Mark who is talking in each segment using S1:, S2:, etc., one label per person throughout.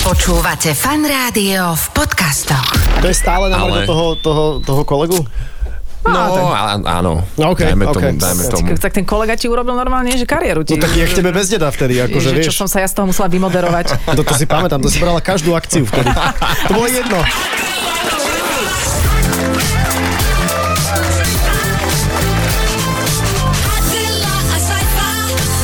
S1: Počúvate fan rádio v podcastoch.
S2: To je stále na ale...
S3: Ale-
S2: toho, toho, toho kolegu?
S3: No, á- áno.
S2: No, okej,
S3: dajme
S2: okej.
S3: tomu, dajme tomu.
S4: Tak, tak ten kolega ti urobil normálne, že kariéru ti.
S2: No tak je k tebe bez deda vtedy, akože
S4: Ježiš,
S2: vieš.
S4: čo som sa ja z toho musela vymoderovať.
S2: To, to si pamätám, to si brala každú akciu vtedy. To bolo jedno.
S5: Adela, a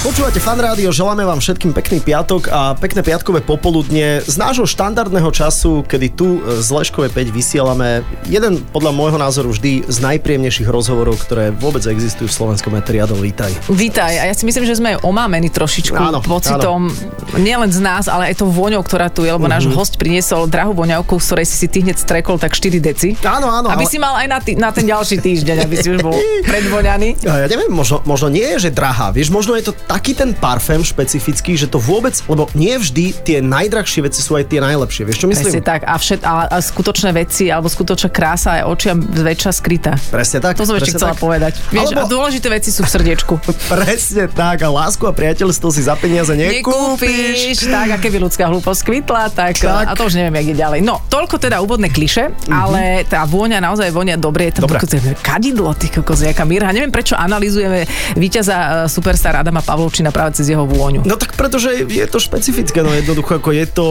S2: Počúvate fan rádio, želáme vám všetkým pekný piatok a pekné piatkové popoludne z nášho štandardného času, kedy tu e, z Leškové 5 vysielame jeden podľa môjho názoru vždy z najpríjemnejších rozhovorov, ktoré vôbec existujú v slovenskom eteri. Adam, vítaj.
S4: Vítaj, a ja si myslím, že sme aj omámení trošičku
S2: Áno,
S4: áno, pocitom áno. nielen z nás, ale aj tou voňou, ktorá tu je,
S2: Mhm.
S4: lebo náš host priniesol drahú voňavku, z ktorej si si ty hneď strekol tak 4 deci.
S2: Áno, áno.
S4: Aby si mal aj na, tý, na ten ďalší týždeň, aby si už bol predvoňaný.
S2: E, Ja neviem, možno, možno nie je, že drahá. Vieš, možno je to taký ten parfém špecifický, že to vôbec, lebo nie vždy tie najdrahšie veci sú aj tie najlepšie. Vieš, čo
S4: Presne
S2: myslím?
S4: tak. A, všet, a, a skutočné veci, alebo skutočná krása je očiam zväčša skrytá.
S2: Presne tak.
S4: To som
S2: presne
S4: ešte chcela
S2: tak.
S4: povedať. Vieš,
S2: Alebo-
S4: a dôležité veci sú v srdiečku.
S2: Presne tak. A lásku a priateľstvo si za peniaze nekúpiš.
S4: Nekúpiš. Tak, a keby ľudská hlúposť kvitla, tak,
S2: Tak. Mhm.
S4: A to už neviem, jak je ďalej. No, toľko teda úvodné kliše, ale tá vôňa naozaj vonia dobre. Je tam
S2: Dobre.
S4: kokos, je kadidlo, ty kokos, jaká mirha. Neviem, prečo analizujeme víťaza eh, Superstar Adama Pavlovčina práve cez jeho vôňu.
S2: No tak pretože je to špecifické, no jednoducho ako je to,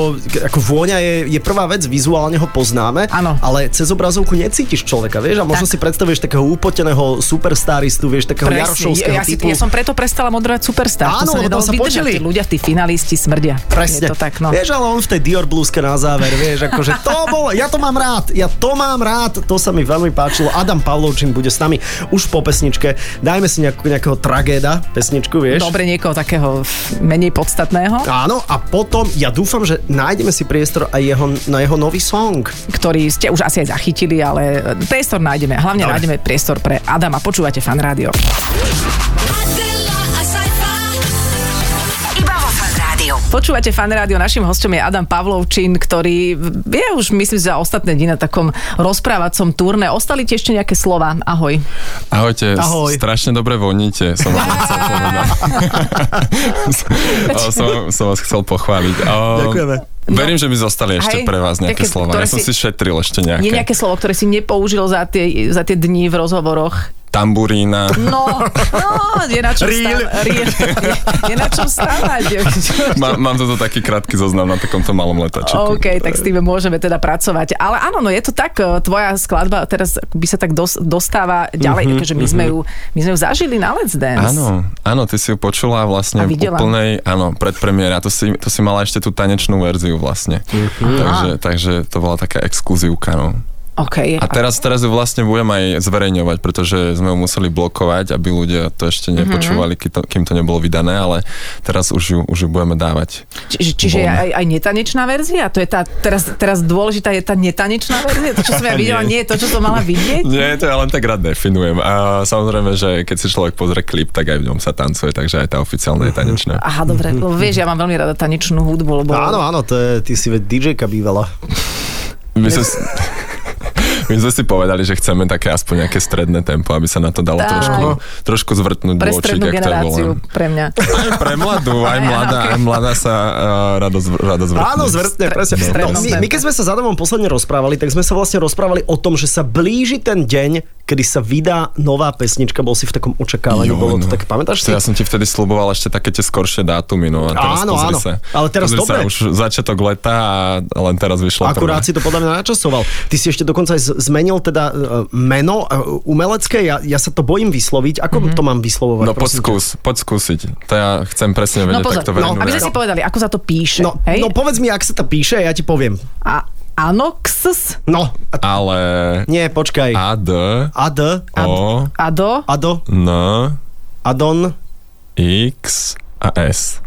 S2: ako vôňa je, je prvá vec, vizuálne ho poznáme,
S4: Áno.
S2: ale cez obrazovku necítiš človeka, vieš, a možno
S4: Tak.
S2: si predstavuješ takého úpoteného superstaristu, vieš, takého jarošovského
S4: ja, ja, si,
S2: typu.
S4: ja som preto prestala moderovať Superstar.
S2: Áno,
S4: to sa
S2: lebo
S4: nedalo
S2: tam sa
S4: vydržať.
S2: počuli.
S4: Tí ľudia, tí finalisti smrdia.
S2: Presne.
S4: Je to tak, no.
S2: Vieš, ale on v tej Dior blúzke na záver, vieš, akože to bolo, ja to mám rád, ja to mám rád, to sa mi veľmi páčilo. Adam Pavlovčin bude s nami už po pesničke. Dajme si nejakú, nejakého tragéda, pesničku, vieš.
S4: Dobre, niekoho takého menej podstatného,
S2: Áno, a potom ja dúfam, že nájdeme si priestor aj jeho, na jeho nový song.
S4: ktorý ste už asi aj zachytili, ale eh, priestor nájdeme. Hlavne
S2: Dobre.
S4: nájdeme priestor pre Adama. Počúvate fan rádio.
S1: Iba vo fan rádiu.
S4: Počúvate fan rádio, našim hostom je Adam Pavlovčín, ktorý je už, myslím, za ostatné dni na takom rozprávacom turné. Ostali ti ešte nejaké slova? Ahoj.
S3: Ahojte,
S2: Ahoj.
S3: Ahoj. strašne dobre voníte, som vám chcel povedať. O, som, som vás chcel pochváliť. O,
S2: Ďakujeme.
S3: Verím, že by zostali ešte
S4: Hej,
S3: pre vás nejaké
S4: také,
S3: slova.
S4: ktoré
S3: Ja som
S4: si-
S3: si šetril ešte nejaké.
S4: Je nejaké slovo, ktoré si nepoužil za tie, za tie dni v rozhovoroch?
S3: Tamburína.
S4: No, no je na čom
S2: Reel.
S4: stávať. Je, je na čom stávať.
S3: Má, mám toto taký krátky zoznam na takomto malom letačiku.
S4: OK, tak s tým môžeme teda pracovať. Ale áno, no je to tak, e, tvoja skladba teraz by sa tak dos- dostáva ďalej, mm-hmm, takže my sme, ju, my sme ju zažili na Let's Dance.
S3: Mhm, Áno, áno, ty si ju počula vlastne
S4: A
S3: v
S4: videla.
S3: úplnej, áno, predpremiéra. To si, to si mala ešte tú tanečnú verziu vlastne. Takže, takže to bola taká exkluzívka, no.
S4: OK.
S3: A teraz, teraz ju vlastne budem aj zverejňovať, pretože sme ju museli blokovať, aby ľudia to ešte nepočúvali, kým to, kým to nebolo vydané, ale teraz už ju, už ju budeme dávať.
S4: Či, čiže
S3: Voľné.
S4: aj, aj netanečná verzia? To je tá, teraz, teraz dôležitá je tá netanečná verzia? To, čo som ja videla, nie
S3: Nie.
S4: je to, čo som mala vidieť?
S3: Nie, to ja len tak rád definujem. A samozrejme, že keď si človek pozrie klip, tak aj v ňom sa tancuje, takže aj tá oficiálna je tanečná.
S4: Aha, dobre, lebo vieš, ja mám veľmi rada tanečnú hudbu, lebo...
S2: Áno, áno, to je, ty si veď DJ-ka bývala.
S3: My sme, si- my sme si povedali, že chceme také aspoň nejaké stredné tempo, aby sa na to dalo
S4: Tak.
S3: trošku, trošku zvrtnúť
S4: pre
S3: dôčik,
S4: strednú
S3: jak to je
S4: generáciu,
S3: volám.
S4: pre mňa.
S3: Aj pre mladú, aj mladá, aj mladá sa uh, rado, zvr- rado zvrtne.
S2: Áno, zvrtne,
S4: Stre-
S2: presne. No,
S4: strednom
S2: my, my
S4: tempe.
S2: keď sme sa s Adamom posledne rozprávali, tak sme sa vlastne rozprávali o tom, že sa blíži ten deň, kedy sa vydá nová pesnička, bol si v takom očakávaní,
S3: Jo,
S2: bolo to
S3: no.
S2: tak, pamätáš si?
S3: To Ja som ti vtedy sluboval ešte také tie skoršie dátumy, no a teraz
S2: Áno,
S3: pozri
S2: áno.
S3: sa.
S2: Ale teraz
S3: pozri
S2: dobre.
S3: Sa už začiatok leta a len teraz vyšlo no.
S2: Akurát si to podľa mňa načasoval. Ty si ešte dokonca aj z- zmenil teda e, meno e, umelecké, ja, ja sa to bojím vysloviť. Ako mm-hmm. to mám vyslovovať?
S3: No poď
S2: prosím ťa?
S3: skús, poď skúsiť. To ja chcem presne vedieť
S4: No pozor,
S3: takto
S4: no,
S3: verejnú
S4: aby sme si
S3: reakciu.
S4: povedali, ako sa to píše.
S2: No,
S4: hej?
S2: no povedz mi, ak sa to píše, ja ti poviem.
S4: A, anoxs,
S2: No, a,
S3: Ale
S2: nie, počkaj.
S3: A, D,
S2: Ad,
S3: O,
S4: ado,
S2: Ado,
S3: N,
S2: Adon.
S3: X a S.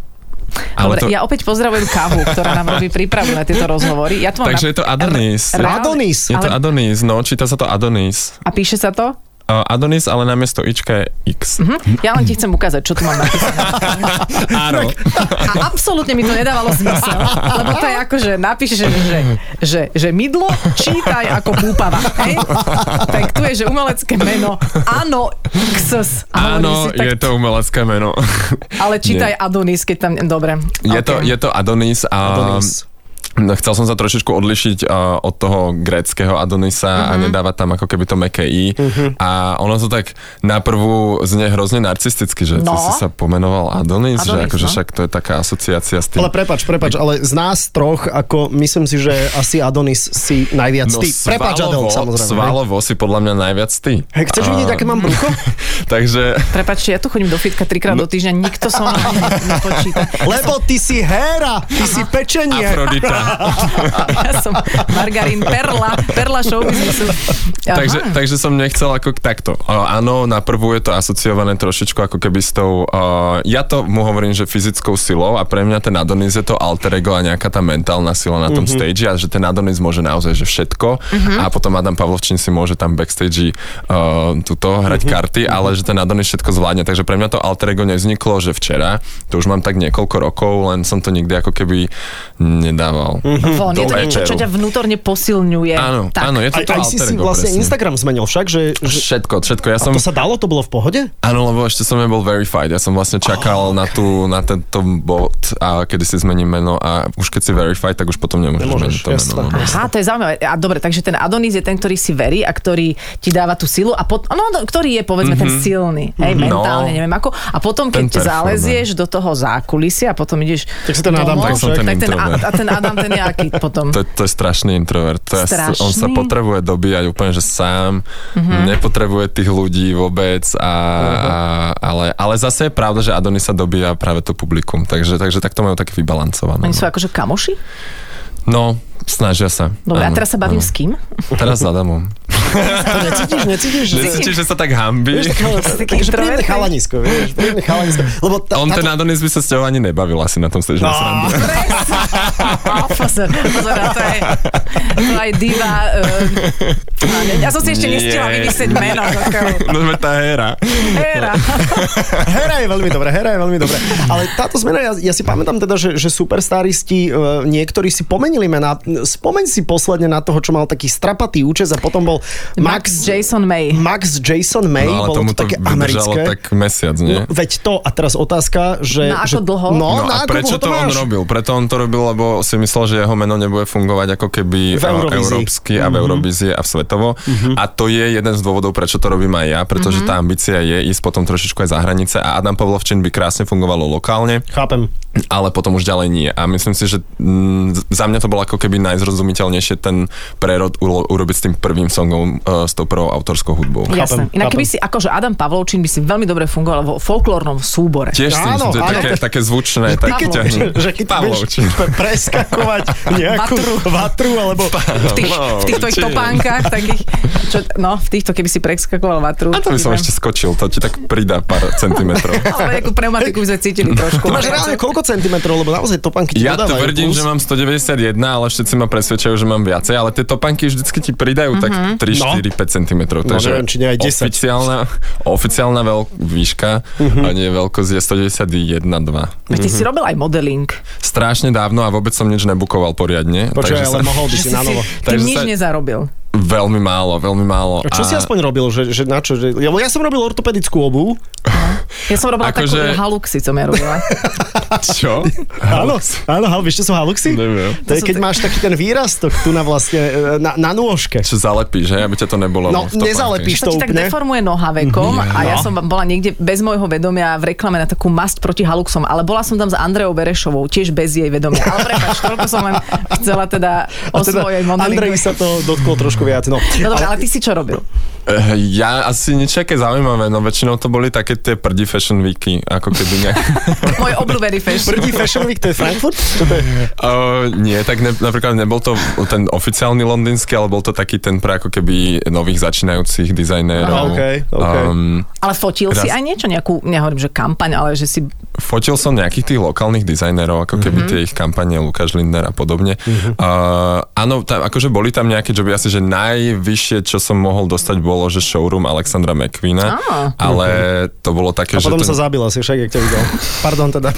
S3: Ale
S4: Dobre,
S3: to,
S4: ja opäť pozdravujem Kahu, ktorá nám robí prípravu na tieto rozhovory. Ja tu mám
S3: takže
S4: na...
S3: je to Adonis.
S4: Reálne-
S2: Adonis.
S3: Je to
S4: ale-
S3: Adonis, no, číta sa to Adonis.
S4: A píše sa to? Hm?
S3: Uh, Adonis, ale namiesto Ička je X. Mm-hmm.
S4: Ja len ti chcem ukázať, čo tu mám napísané.
S3: Áno.
S4: A absolútne mi to nedávalo zmysel. Lebo to je ako, že napíšeš, že, že, že mydlo čítaj ako púpava. Hej? Tak tu je, že umelecké meno. Áno, xs.
S3: Áno,
S4: hovorí si, tak,
S3: je to umelecké meno.
S4: Ale čítaj Adonis, keď tam... Dobre.
S3: Je,
S4: ok.
S3: to, je to Adonis a...
S2: Adonis.
S3: No, Chcel som sa trošičku odlišiť uh, od toho gréckého Adonisa
S2: Mhm.
S3: a nedávať tam ako keby to meké i. A ono to tak naprvu znie hrozne narcisticky, že
S4: No.
S3: ty si sa pomenoval Adonis, Adonis že
S4: Adonis,
S3: akože
S4: no.
S3: však to je taká asociácia s tým.
S2: Ale prepač, prepač, ale z nás troch, ako myslím si, že asi Adonis si najviac ty. Prepač, Adel,
S3: No, svalovo-
S2: samozrejme. Svalo.
S3: Svalovo si podľa mňa najviac ty.
S2: Hej, chceš vidieť, aké mám brucho?
S3: Takže
S4: Prepačte, ja tu chodím do fitka trikrát
S3: No.
S4: do týždňa, nikto som ani nepočíta.
S2: Lebo ty si héra, ty si pečenie.
S3: Afrodita.
S4: Ja som margarín Perla, Perla showbiznisu. Aha.
S3: Takže, takže som nechcel ako k- takto. O, áno, na prvú je to asociované trošičku ako keby s tou, o, ja to mu hovorím, že fyzickou silou a pre mňa ten Adonis je to alter ego a nejaká tá mentálna sila na
S2: Mhm.
S3: tom stage a že ten Adonis môže naozaj že všetko
S4: Mhm.
S3: a potom Adam Pavlovčín si môže tam backstage o, tuto
S2: Mhm.
S3: hrať karty, ale že ten Adonis všetko zvládne. Takže pre mňa to alter ego nevzniklo, že včera, to už mám tak niekoľko rokov, len som to nikdy ako keby nedával.
S2: Mhm.
S4: Von, je
S3: do
S4: to niečo, čo
S3: večeru.
S4: ťa vnútorne posilňuje.
S3: Áno,
S4: tak.
S3: áno, je to
S2: Aj,
S3: to
S2: aj si
S3: alter
S2: si
S3: ego,
S2: vlastne
S3: presne.
S2: Instagram zmenil však, že... že
S3: Všetko, všetko. Ja
S2: a
S3: som
S2: to sa dalo, to bolo v pohode?
S3: Áno, lebo ešte som nebol verified. Ja som vlastne čakal oh, okay. na, tú, na tento bod, a kedy si zmením meno a už keď si verified, tak už potom nemôžeš,
S2: Nemôžeš,
S3: meniť to
S2: jasné.
S3: meno. No.
S4: Aha, to je zaujímavé. A dobre, takže ten Adonis je ten, ktorý si verí a ktorý ti dáva tú silu a pot, no, no, ktorý je povedzme mm-hmm. ten silný, hej,
S3: Mhm.
S4: mentálne,
S3: No.
S4: neviem ako. A potom,
S3: Ten
S4: keď
S3: performer.
S4: zalezieš do toho zákulisia a potom ideš
S2: Tak si ten Adam
S4: domov,
S2: tak som
S3: ten
S4: tak ten, a,
S3: introvert.
S4: a ten Adam ten je aký potom?
S3: To, je- to je strašný introvert. To Je, on sa
S4: Strašný? Mhm.
S3: potrebuje dobíjať úplne, že sám. Mm-hmm. Nepotrebuje tých ľudí vôbec. A, a, ale, ale zase je pravda, že Adonis sa dobíja práve to publikum. Takže, takže tak to majú také vybalancované.
S4: Oni
S3: no.
S4: sú akože kamoši?
S3: No, snažia sa.
S4: Dobre, a
S3: Áno,
S4: teraz sa bavím
S3: áno.
S4: s kým?
S3: Teraz s Adamom.
S2: To necítiš, necítiš? že-
S3: Necítiš, že sa tak hambí?
S2: Takže príjemné chalanisko, vieš, príjemné chalanisko. Lebo tá,
S3: On ten
S2: táto-
S3: Adonis by sa s ťou ani nebavil asi na tom stage. No.
S4: Á, Pozor, pozor, a to je, to aj diva. eh, Uh, ja som si ešte
S3: Nie.
S4: nestihla vymyslieť meno. takého.
S3: No sme tá hera.
S4: Hera.
S2: Hera je veľmi dobré, hera je veľmi dobré. Ale táto zmena, ja, ja si pamätám teda, že, že superstaristi, e, niektorí si pomenili mená. Spomeň si posledne na toho, čo mal taký strapatý účes a potom bol Max,
S4: Max Jason May.
S2: Max Jason May,
S3: No ale
S2: bolo
S3: tomu
S2: to
S3: to
S2: také
S3: vydržalo
S2: americké.
S3: tak mesiac, nie?
S2: No, veď to, a teraz otázka, že...
S4: Na
S2: že,
S4: ako dlho?
S2: No,
S3: No
S2: na
S3: a
S2: ako
S3: prečo
S2: dlho to
S3: to on
S2: máš?
S3: robil? Preto on to robil, lebo si myslel, že jeho meno nebude fungovať ako
S2: V Mhm.
S3: keby eh,
S2: Eurovízii.
S3: európsky a v Eurovízii a v svetovo. A to je jeden z dôvodov, prečo to robím aj ja,
S2: Mhm.
S3: pretože tá ambícia je ísť potom trošičku aj za hranice a Adam Pavlovčin by krásne fungovalo lokálne,
S2: Chápem.
S3: ale potom už ďalej nie. A myslím si, že mm, za mňa to bol ako keby najzrozumiteľnejšie ten prerod ulo- urobiť s tým prvým songom, eh, s tou prvou autorskou hudbou.
S4: Jasné.
S2: Chápem,
S4: Inak keby
S2: chápem.
S4: si, akože Adam Pavlovčín by si veľmi dobre fungoval vo folklórnom súbore.
S3: Tiež si
S2: Áno,
S3: myslím, to je
S2: áno.
S3: také, také zvučné.
S2: Ty
S3: Také
S2: keď,
S3: ťahne.
S2: že, že keď budeš
S3: Pavlovčín.
S2: pre- preskakovať nejakú
S4: Vatru.
S2: vatru alebo...
S4: V tých, v tých tvojich
S3: Pavlovčín.
S4: topánkach, takých, čo, no, v týchto, keby si preskakoval vatru.
S3: A
S4: No,
S3: to by som ešte skočil, to ti tak pridá pár centimetrov.
S4: Ale nejakú pneumatiku by sme cítili trošku.
S2: Ty máš reálne koľko centimetrov, lebo naozaj topánky ti
S3: Ja
S2: dodávajú
S3: tvrdím,
S2: No plus.
S3: že mám 191, ale všetci ma presvedčajú, že mám viacej, ale tie topánky vždycky ti pridajú tak 3, 4, 5 cm. Takže
S2: No. neviem, či nie aj 10.
S3: Oficiálna, oficiálna veľk, výška,
S2: Mhm.
S3: a nie veľkosť je 191,2.
S4: Veď ty si robil aj modeling.
S3: Strašne dávno a vôbec som nič nebukoval poriadne.
S2: Počkaj,
S3: takže
S2: ale
S3: sa,
S2: mohol by si
S4: Že
S2: na novo.
S4: ty
S3: Takže
S4: nič
S3: sa-
S4: nezarobil.
S3: Veľmi málo, veľmi málo.
S2: A čo si
S3: A-
S2: aspoň robil, že, že na čo? Že, lebo ja som robil ortopedickú obu.
S4: Ja som robila
S3: Akože-
S4: takú haluxi, som ja robila.
S3: Čo?
S2: Áno, áno, hal, vieš, čo sú haluxy?
S3: Neviem.
S2: To je,
S4: To sú
S2: keď
S4: tak-
S2: máš taký ten výrastok tu na vlastne, e, na, na nôžke.
S3: Čo zalepíš, že? Aby ťa to nebolo.
S2: No,
S3: v topánke.
S2: nezalepíš.
S4: To ti tak
S2: Štoupne.
S4: deformuje noha vekom
S3: Mhm.
S4: a ja
S3: No.
S4: som bola niekde bez môjho vedomia v reklame na takú mast proti haluxom, ale bola som tam s Andreou Berešovou, tiež bez jej vedomia. Ale prepáč, toľko som len chcela teda
S2: A
S4: o
S2: teda
S4: svojej
S2: Andrej
S4: modelingu.
S2: sa to dotklo trošku viac. No,
S4: No dobre,
S2: ale
S4: ale ty si čo robil?
S3: Eh, Ja asi nič také zaujímavé, no väčšinou to boli také tie prdi fashion weeky, ako keby nejak...
S4: Môj obľúbený fashion.
S2: prvý Fashion Week, to je Frankfurt? Čo to je?
S3: uh, nie, tak ne, napríklad nebol to ten oficiálny londýnsky, ale bol to taký ten pre ako keby nových začínajúcich dizajnérov.
S2: Aha, okej, okej.
S3: Um,
S4: Ale fotil si
S3: Raz.
S4: aj niečo, nejakú, nehovorím, že kampaň, ale že si
S3: fotil som nejakých tých lokálnych dizajnerov, ako
S2: Mhm.
S3: keby tie ich kampane Lukáš Lindner a podobne. Uh, áno, tam, akože boli tam nejaké joby, asi že najvyššie, čo som mohol dostať, bolo, že showroom Alexandra McQueena,
S4: Á.
S3: ale to bolo také,
S2: Mhm. A
S3: že...
S2: potom
S3: to...
S2: sa zabila si však, jak ťa videl. Pardon teda.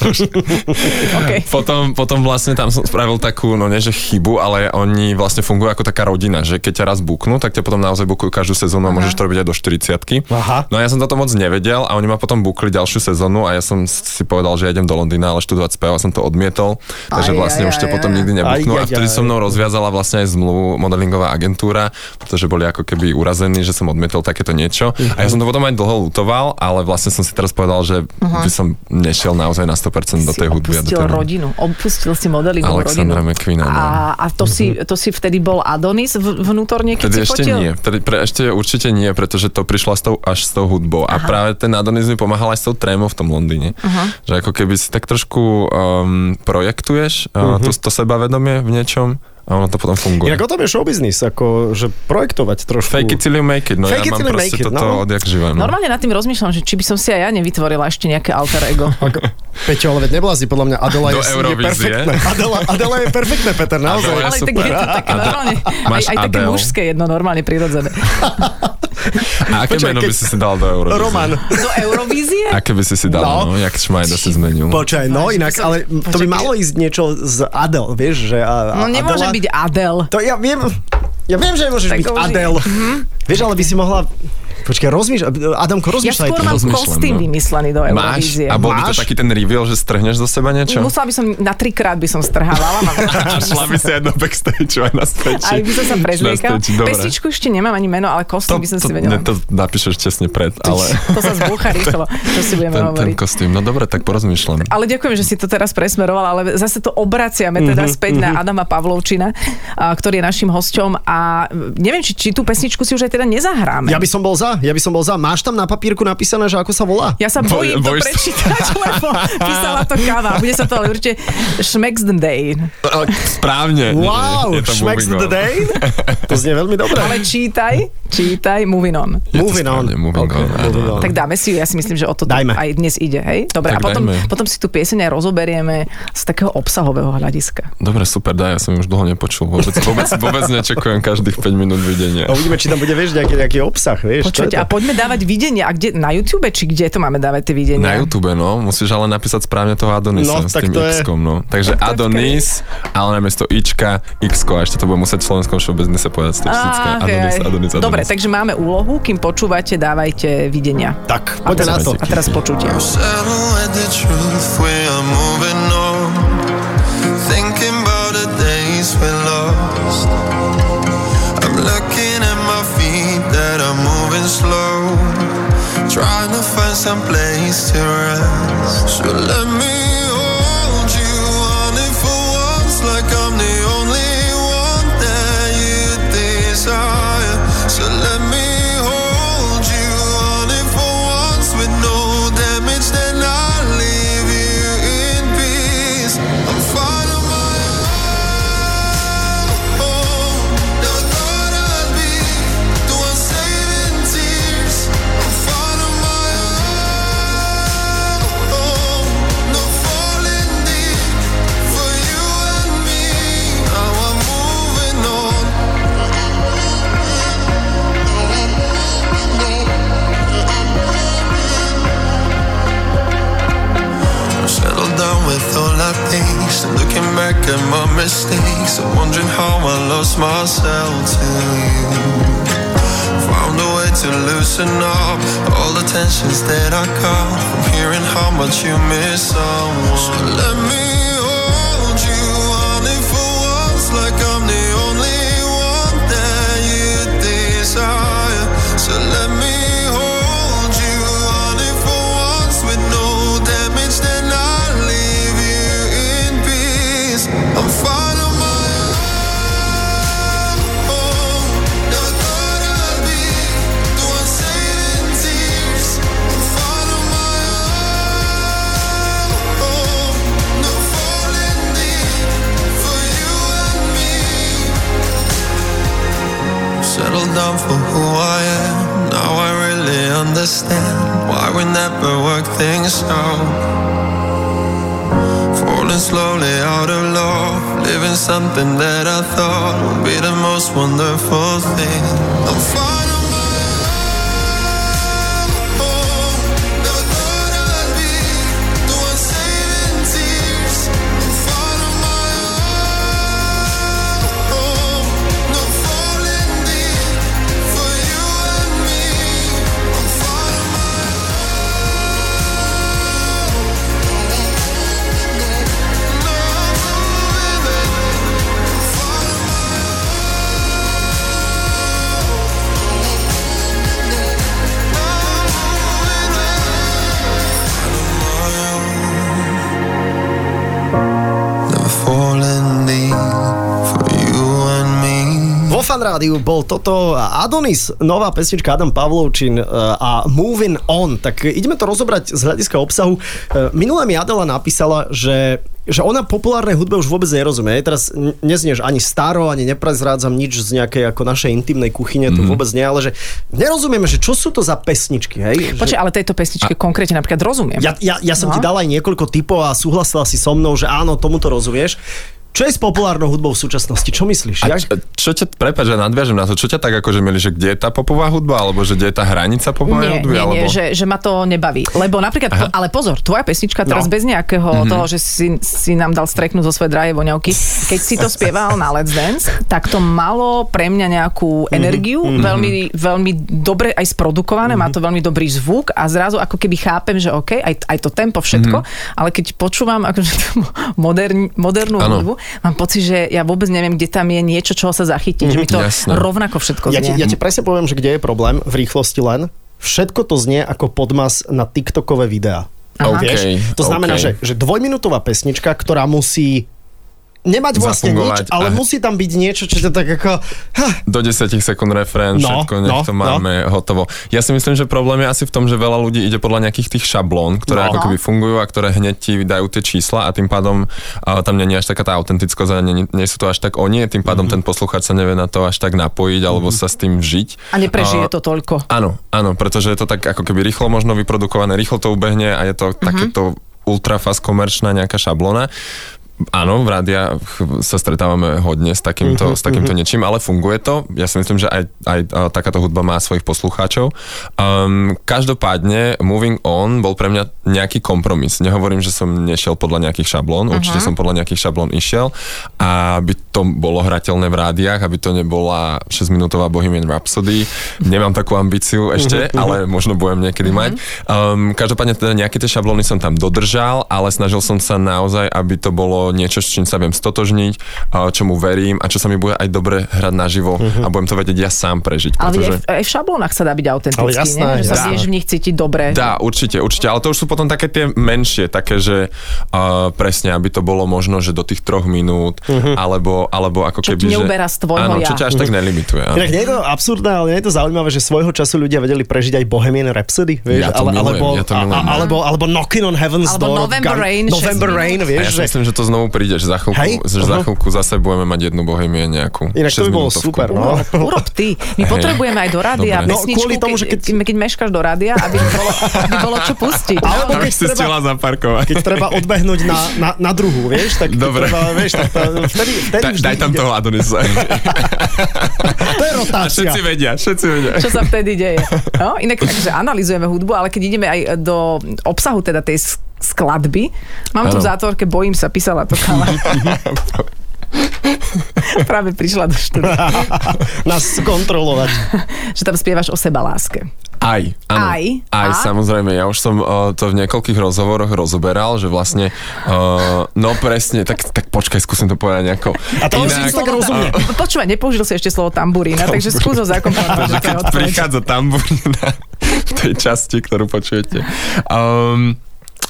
S4: Okay.
S3: Potom, potom vlastne tam som spravil takú, no nie že chybu, ale oni vlastne fungujú ako taká rodina, že keď ťa raz buknú, tak ťa potom naozaj bukujú každú sezónu a môžeš to robiť aj do 40
S2: Aha.
S3: No a ja som toto moc nevedel a oni ma potom bukli ďalšiu sezónu a ja som si povedal, že ja idem do Londýna, ale študovať spev a som to odmietol, takže
S4: Aj,
S3: vlastne
S4: aj,
S3: už to
S4: aj,
S3: potom
S4: aj.
S3: nikdy nebuknú
S2: Aj,
S3: a
S2: aj,
S3: vtedy
S2: aj.
S3: so mnou rozviazala vlastne aj zmluvu modelingová agentúra, pretože boli ako keby urazení, že som odmietol takéto niečo a ja som to potom aj dlho lutoval, ale vlastne som si teraz povedal, že by som nešiel naozaj na 100% do
S4: si
S3: tej hudby. a do
S4: opustil
S3: tej rodiny.
S4: rodinu, opustil si modelingovú No, rodinu.
S3: Alexandra McQueena. no.
S4: A, a to, si, to si vtedy bol Adonis v- vnútorne, keď
S3: Vtedy
S4: si
S3: ešte
S4: fotil?
S3: nie, no. vtedy pre, ešte určite nie, pretože to prišlo s tou, až s tou hudbou. Aha. A práve ten Adonis mi pomáhal aj s tou trémou v tom Londýne. Aha. Že ako keby si tak trošku um, projektuješ uh, to, to sebavedomie v niečom a ono to potom
S2: Mhm.
S3: funguje.
S2: Inak o tom je showbiznis, ako, že projektovať trošku.
S3: Fake it till you make it, no
S2: Fake it
S3: ja mám
S2: till you
S3: proste
S2: make it,
S3: toto
S2: no.
S3: odjak živem. No.
S4: Normálne nad tým rozmýšľam, že či by som si aj ja nevytvorila ešte nejaké alter ego.
S2: Ako, Peťo, ale veď neblázni, podľa mňa Adela je,
S3: Do
S2: je
S3: Eurovízie.
S2: perfektné. Adela, Adela je perfektné, Peter, naozaj.
S3: Adela
S4: Ale tak
S3: super.
S4: je to také normálne, aj,
S3: Máš
S4: aj také
S3: Adele.
S4: mužské jedno, normálne prirodzené.
S3: A aké
S2: Počkaj,
S3: meno
S2: keď-
S3: by si si dal do Eurovízie?
S2: Roman.
S4: Do Eurovízie?
S3: Aké by si si dal,
S2: No.
S3: no, no jak Šmajda si zmenil.
S2: Počkaj, no
S4: Vážne,
S2: inak,
S4: to som-
S2: ale to by
S4: počkaj.
S2: malo ísť niečo z Adel, vieš, že a, a
S4: No nemôže
S2: Adela,
S4: byť Adel.
S2: To ja viem, ja viem, že môžeš
S4: Tak
S2: byť
S4: už je.
S2: Adel. Vieš, ale by si mohla... Počkaj, rozmýšľaj, Adamko,
S4: Ja
S2: rozmýšľaj.
S4: skôr
S2: ty.
S4: mám
S3: rozmýšľam,
S4: kostým
S3: no.
S4: vymyslený do
S3: Máš?
S4: Eurovízie.
S3: A bol by to
S2: Máš?
S3: taký ten reveal, že strhneš do seba niečo?
S4: Musela by som, na trikrát by som strhávala. mám
S3: A šla by si aj do backstage, aj na stage.
S4: Aj by som sa prezliekala.
S3: Na stage, dobre.
S4: Pesničku ešte nemám ani meno, ale kostým by som si
S3: ne,
S4: vedela.
S3: to napíšeš tesne pred, ale
S4: To sa zbúcha rýchlo, čo si budeme
S3: ten, ten
S4: hovoriť.
S3: kostým. No dobre, tak porozmýšľam.
S4: Ale ďakujem, že si to teraz presmerovala, ale zase to obraciame
S3: Mhm,
S4: teda späť na Adama Pavlovčina, a, ktorý je našim hosťom a mm, neviem, či, či tú pesničku si už aj teda nezahráme.
S2: Ja by som bol za, ja by som bol za. Máš tam na papírku napísané, že ako sa volá?
S4: Ja sa
S3: Boj-
S4: bojím to
S3: bojíš sa?
S4: prečítať, lebo písala to káva. Bude sa to ale určite Schmecks the Day.
S3: Ale Správne.
S2: Wow,
S3: Je to
S2: Schmecks
S3: moving
S2: the
S3: on.
S2: day? To znie veľmi dobre.
S4: Ale čítaj, čítaj, moving on.
S3: Je to
S2: Moving on.
S3: správne, moving
S2: Okay,
S3: on, áno,
S2: moving
S3: áno.
S2: on.
S4: Tak dáme si ju, ja si myslím, že o to tu
S2: Dajme.
S4: aj dnes ide, hej? Dobre,
S3: Tak
S4: a potom,
S3: dajme.
S4: potom si tú pieseň aj rozoberieme z takého obsahového hľadiska.
S3: Dobre, super, daj, ja som ju už dlho nepočul. Vôbec, vôbec, vôbec nečakujem každých 5 minút
S2: A
S3: videnia.
S4: Oh,
S2: uvidíme, či tam bude, vieš, nejaký, nejaký obsah, vieš. čo je
S4: Počujte,
S2: to?
S4: a poďme dávať videnia. A kde, na YouTube, či kde to máme dávať tie videnia?
S3: Na YouTube, no. Musíš ale napísať správne toho Adonisa
S2: No,
S3: s
S2: tak
S3: tým
S2: to je-
S3: X-kom, no. Takže Adonis, ale namiesto Ička, x A ešte to bude musieť v slovenskom showbiznise povedať.
S4: Á,
S3: stotisícka.
S4: ok,
S3: Adonis,
S4: aj.
S3: Adonis, Adonis.
S4: Dobre, takže máme úlohu, kým počúvate, dávajte videnia.
S2: Tak,
S4: A
S2: poďme na
S4: teraz-
S2: to.
S4: A teraz počutie.
S5: settle with the truth. We are moving on. Thinking about the days we lost. I'm looking at my feet that are moving slow. Trying to find some place to rest. So let me hold you on it for once, like I'm the only one that you desire. So let me hold you on it for once with no damage, then I leave you in peace. I'm fighting my own. Never thought I'd be the one saving tears. I'm fighting my own. No falling deep for you and me. Now I'm moving on. Settled down with all I taste and Looking back at my mistakes I'm wondering how I lost myself to you Found a way to loosen up All the tensions that I caught From hearing how much you miss someone So let me hold you on it for once Like I'm the only one that you desire So let me hold you on it for once With no damage then I leave you in peace I'm fine on my own Never thought I'd be the one saving tears I'm fine on my own No falling deep for you and me Settled down for who I am. Now I really understand why we never work things out. Falling slowly out of love, living something that I thought would be the most wonderful thing. I'm fine on my own. Never thought I'd be the one saving tears. I'm fine on my own. No falling deep for you and me. I'm fine on my Never falling deep for you and me.
S2: Vo fan rádiu bol toto Adonis, nová pesnička Adam Pavlovčin e, a Moving On. Tak ideme to rozobrať z hľadiska obsahu. E, Minule mi Adela napísala, že že ona populárnej hudbe už vôbec nerozumie. Ja teraz n- neznieš ani staro, ani neprezrádzam nič z nejakej ako našej intimnej kuchyne, to
S3: Mhm.
S2: vôbec nie, ale že nerozumieme, že čo sú to za pesničky, hej?
S4: Počkaj, ale tejto pesničke konkrétne napríklad rozumiem.
S2: Ja, ja, ja som no. ti
S4: No.
S2: dal aj niekoľko typov a súhlasila si so mnou, že áno, tomu to rozumieš. Čo je s populárnou hudbou v súčasnosti? Čo myslíš?
S3: A
S2: Jak-
S3: čo, čo ťa, prepáč, že nadviažem na to, čo ťa tak akože milí, že kde je tá popová hudba, alebo že kde je tá hranica popovej
S4: Nie,
S3: hudby?
S4: nie,
S3: alebo...
S4: nie že, že ma to nebaví. Lebo napríklad, po, ale pozor, tvoja pesnička
S2: No.
S4: teraz no. bez nejakého
S3: Mhm.
S4: mm-hmm. toho, že si, si nám dal streknúť zo svojej drahej voňavky, keď si to spieval na Let's Dance, tak to malo pre mňa nejakú
S3: Mhm.
S4: energiu, mm-hmm. veľmi, veľmi dobre aj
S3: Mhm.
S4: sprodukované, mm-hmm. má to veľmi dobrý zvuk a zrazu ako keby chápem, že OK, aj, aj to tempo, všetko,
S3: Mhm.
S4: mm-hmm. ale keď počúvam akože tú modern, modernú
S3: Áno.
S4: hudbu, mám pocit, že ja vôbec neviem, kde tam je niečo, čoho sa zachytí, mm-hmm. že mi to
S3: Jasné.
S4: rovnako všetko
S2: Ja ti,
S4: znie.
S2: ja ti presne poviem, že kde je problém, v rýchlosti len. Všetko to znie ako podmas na TikTokové videá.
S3: Aha.
S2: Vieš?
S3: Okej,
S2: To znamená,
S3: okej.
S2: že, že dvojminútová pesnička, ktorá musí nemať vlastne nič,
S3: Zafungovať,
S2: ale
S3: aha.
S2: musí tam byť niečo, čo ťa tak ako... Ha,
S3: do 10 sekúnd refrén,
S2: No,
S3: všetko, nech
S2: no,
S3: to
S2: no.
S3: máme hotovo. Ja si myslím, že problém je asi v tom, že veľa ľudí ide podľa nejakých tých šablón,
S2: No.
S3: ktoré no. ako keby fungujú a ktoré hneď ti dajú tie čísla a tým pádom a tam nie je až taká tá autentickosť a nie, nie sú to až tak oni, tým pádom
S2: Mhm.
S3: mm-hmm. ten poslucháč sa nevie na to až tak napojiť alebo sa s tým vžiť.
S4: A neprežije
S3: A-
S4: to toľko.
S3: Áno, áno, pretože je to tak ako keby rýchlo možno vyprodukované, rýchlo to ubehne a je to mm-hmm. takéto ultrafast komerčná nejaká šablona. Áno, v rádiách sa stretávame hodne s takýmto, mm-hmm, s takýmto mm-hmm. niečím, ale funguje to. Ja si myslím, že aj, aj a, takáto hudba má svojich poslucháčov. Um, každopádne Moving On bol pre mňa nejaký kompromis. Nehovorím, že som nešiel podľa nejakých šablón, určite som podľa nejakých šablón išiel, a aby to bolo hrateľné v rádiách, aby to nebola 6-minútová Bohemian Rhapsody. Nemám takú ambíciu ešte, ale možno budem niekedy mať. Um, každopádne teda nejaké tie šablóny som tam dodržal, ale snažil som sa naozaj, aby to bolo niečo, s čím sa viem stotožniť, uh, čomu verím a čo sa mi bude aj dobre hrať naživo a budem to vedieť ja sám prežiť.
S4: Ale aj, v- aj v šablónach sa dá byť autentický,
S2: Ale jasné,
S4: nie? že sa
S2: jasné.
S4: vieš v nich cítiť dobre.
S3: Dá, určite, určite, ale to už sú potom také tie menšie, také, že uh, presne, aby to bolo možno, že do tých troch minút,
S2: Mhm.
S3: alebo, alebo ako
S4: Čo
S3: keby,
S4: ti
S3: že...
S4: neuberá z tvojho
S3: áno,
S4: ja.
S3: čo ťa až tak nelimituje. Áno.
S2: Inak nie je to absurdné, ale nie je to zaujímavé, že svojho času ľudia vedeli prežiť aj Bohemian Rhapsody, vieš,
S3: Ja to
S2: ale,
S3: milujem,
S2: alebo,
S3: ja to milujem. no.
S2: alebo, alebo Knockin' on Heaven's
S4: Alebo
S2: Door. od
S4: November
S2: Gun-
S4: Rain,
S2: November
S4: šesť
S2: Rain,
S3: A
S2: vieš,
S3: ja si
S2: že...
S3: myslím, že to znovu príde, že za chvíľku,
S2: Hej?
S3: že za
S2: Mhm.
S3: chvíľku zase budeme mať jednu bohemie nejakú.
S2: Inak to by bolo
S3: šesťminútovku.
S2: super, no.
S4: Urob, urob ty. My potrebujeme aj do rádia
S3: Dobre.
S2: No,
S4: pesničku,
S2: kvôli tomu, že keď-
S4: keď, keď meškáš do rádia, aby bolo, aby bolo čo pustiť. no?
S2: Alebo
S3: Tam
S2: keď
S3: si
S2: treba-
S3: stihla zaparkovať.
S2: Keď treba odbehnúť na, na, na druhú, vieš, tak
S3: Dobre.
S2: treba, vieš, tak to, no, vtedy, vtedy
S3: Da,
S2: vždy
S3: daj tam
S2: ide.
S3: toho Adonisa.
S2: To je
S3: A
S2: rotácia.
S3: všetci vedia, všetci vedia.
S4: čo sa vtedy deje. No, inak takže analizujeme hudbu, ale keď ideme aj do obsahu teda tej s- skladby, mám tu v
S3: Áno.
S4: zátvorke, bojím sa, písala to kala. Práve prišla do štúdia,
S2: Nás kontrolovať.
S4: že tam spievaš o seba láske.
S3: Aj, áno.
S4: Aj,
S3: Aj,
S4: a?
S3: samozrejme. Ja už som uh, to v niekoľkých rozhovoroch rozoberal, že vlastne, uh, no presne, tak, tak počkaj, skúsim to povedať nejako.
S2: A to musím tak rozumieť.
S4: Počúvaj, nepoužil si ešte slovo tamburína, takže skús ho zakomponovať. že to je
S3: Keď
S4: odpoveď.
S3: prichádza tamburina v tej časti, ktorú počujete. Um,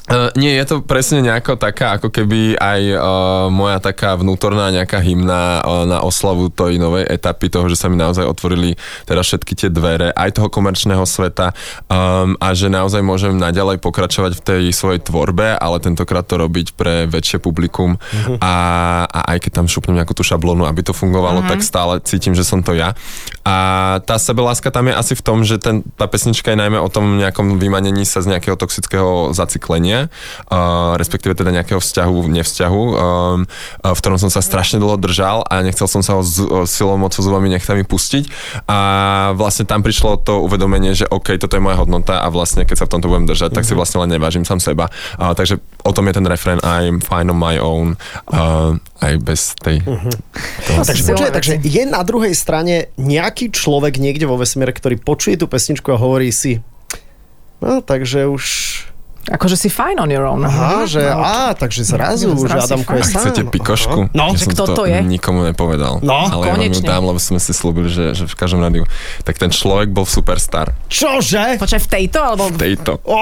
S3: Uh, nie, je to presne nejako taká, ako keby aj uh, moja taká vnútorná nejaká hymna uh, na oslavu tej novej etapy toho, že sa mi naozaj otvorili teraz všetky tie dvere aj toho komerčného sveta um, a že naozaj môžem naďalej pokračovať v tej svojej tvorbe, ale tentokrát to robiť pre väčšie publikum a, a aj keď tam šupnem nejakú tú šablónu, aby to fungovalo, tak stále cítim, že som to ja. A tá sebeláska tam je asi v tom, že ten, tá pesnička je najmä o tom nejakom vymanení sa z nejakého toxického zaciklenia, uh, respektíve teda nejakého vzťahu, nevzťahu, um, uh, v ktorom som sa strašne dlho držal a nechcel som sa ho z, uh, silou, mocou, zubami, nechtami pustiť. A vlastne tam prišlo to uvedomenie, že OK, toto je moja hodnota a vlastne keď sa v tomto budem držať, tak si vlastne len nevážim sám seba. Uh, takže o tom je ten refrén I'm fine on my own, uh, aj bez tej...
S4: To
S2: Takže,
S4: sú
S2: počuaj,
S4: silné
S2: takže
S4: veci.
S2: je na druhej strane nejaký človek niekde vo vesmíre, ktorý počuje tú pesničku a hovorí si, no takže už...
S4: Akože si fine on your own.
S2: Aha, že,
S4: No.
S2: á, takže zrazu
S4: Zrazu
S2: už
S4: si
S2: Adamko je
S3: A
S2: sám.
S3: chcete pikošku?
S2: Aha. No,
S3: ja
S4: Že
S3: som
S4: kto to je?
S3: nikomu nepovedal.
S2: No,
S3: ale ja vám ju
S4: konečne.
S3: dám, lebo sme si slúbili, že, že v každom rádiu. Tak ten človek bol superstar.
S2: Čože?
S4: Počkaj, v tejto, alebo...
S3: Tejto.
S2: Ó!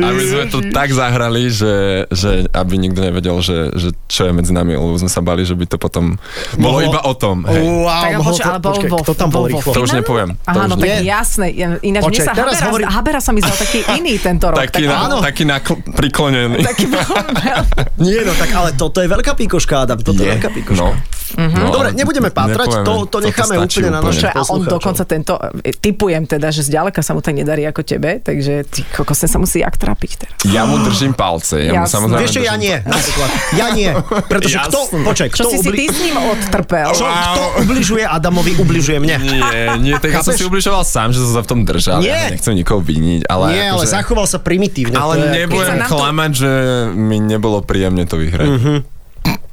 S3: A my sme to tak zahrali, že, že aby nikto nevedel, že, že čo je medzi nami, lebo sme sa bali, že by to potom bolo
S2: Mohlo-
S3: iba o tom. Hej.
S2: Wow,
S4: Tak, ale
S2: mohol
S4: počkaj,
S2: to-
S4: ale bol
S2: počkaj,
S4: vo-
S2: kto tam bol
S4: bol vo
S2: rýchlo?
S3: To už
S4: Finále?
S3: nepoviem. To
S4: Aha,
S3: už
S4: no
S3: nie.
S4: tak
S2: nie.
S4: jasné. Ja- Ináč
S2: Počkaj,
S4: mne sa
S2: teraz
S4: Habera,
S2: hovorí-
S4: Habera sa mi zdal taký iný tento rok.
S3: Taký,
S4: tak,
S2: áno.
S3: na, taký nakl- priklonený.
S4: taký bol
S2: Nie, no tak ale toto je veľká pikoška, Adam, toto je,
S3: Je.
S2: veľká pikoška. Mhm.
S3: No. No,
S2: Dobre,
S3: ale
S2: nebudeme pátrať,
S3: nepovieme.
S2: to- to
S3: Toto
S2: necháme
S3: stačí
S2: úplne na
S4: Čo,
S2: naše-
S4: a on
S2: Poslucháčov.
S4: dokonca tento, e, typujem teda, že zďaleka sa mu tak nedarí ako tebe, takže ty kokos ten sa musí jak trapiť teraz.
S3: Ja mu držím palce. Ja mu
S4: Jasné.
S3: samozrejme
S2: Vieš čo, ja
S3: držím
S2: nie, napríklad. Ja nie, pretože kto, počkaj, kto,
S4: Čo si si ty
S2: ubli-
S4: s ním odtrpel?
S2: čo,
S3: Wow.
S2: kto ubližuje Adamovi, ubližuje mne.
S3: Nie, nie, tak ja som
S2: Chápeš?
S3: si ubližoval sám, že som sa v tom držal.
S2: Nie.
S3: Ja nechcem nikoho viniť, ale...
S2: Nie, ale
S3: akože,
S2: zachoval sa primitívne.
S3: ale
S2: to je-
S4: Keď sa
S3: nebudem
S4: nám to-
S3: klamať, že mi nebolo príjemne to vyhrať. Mm-hmm.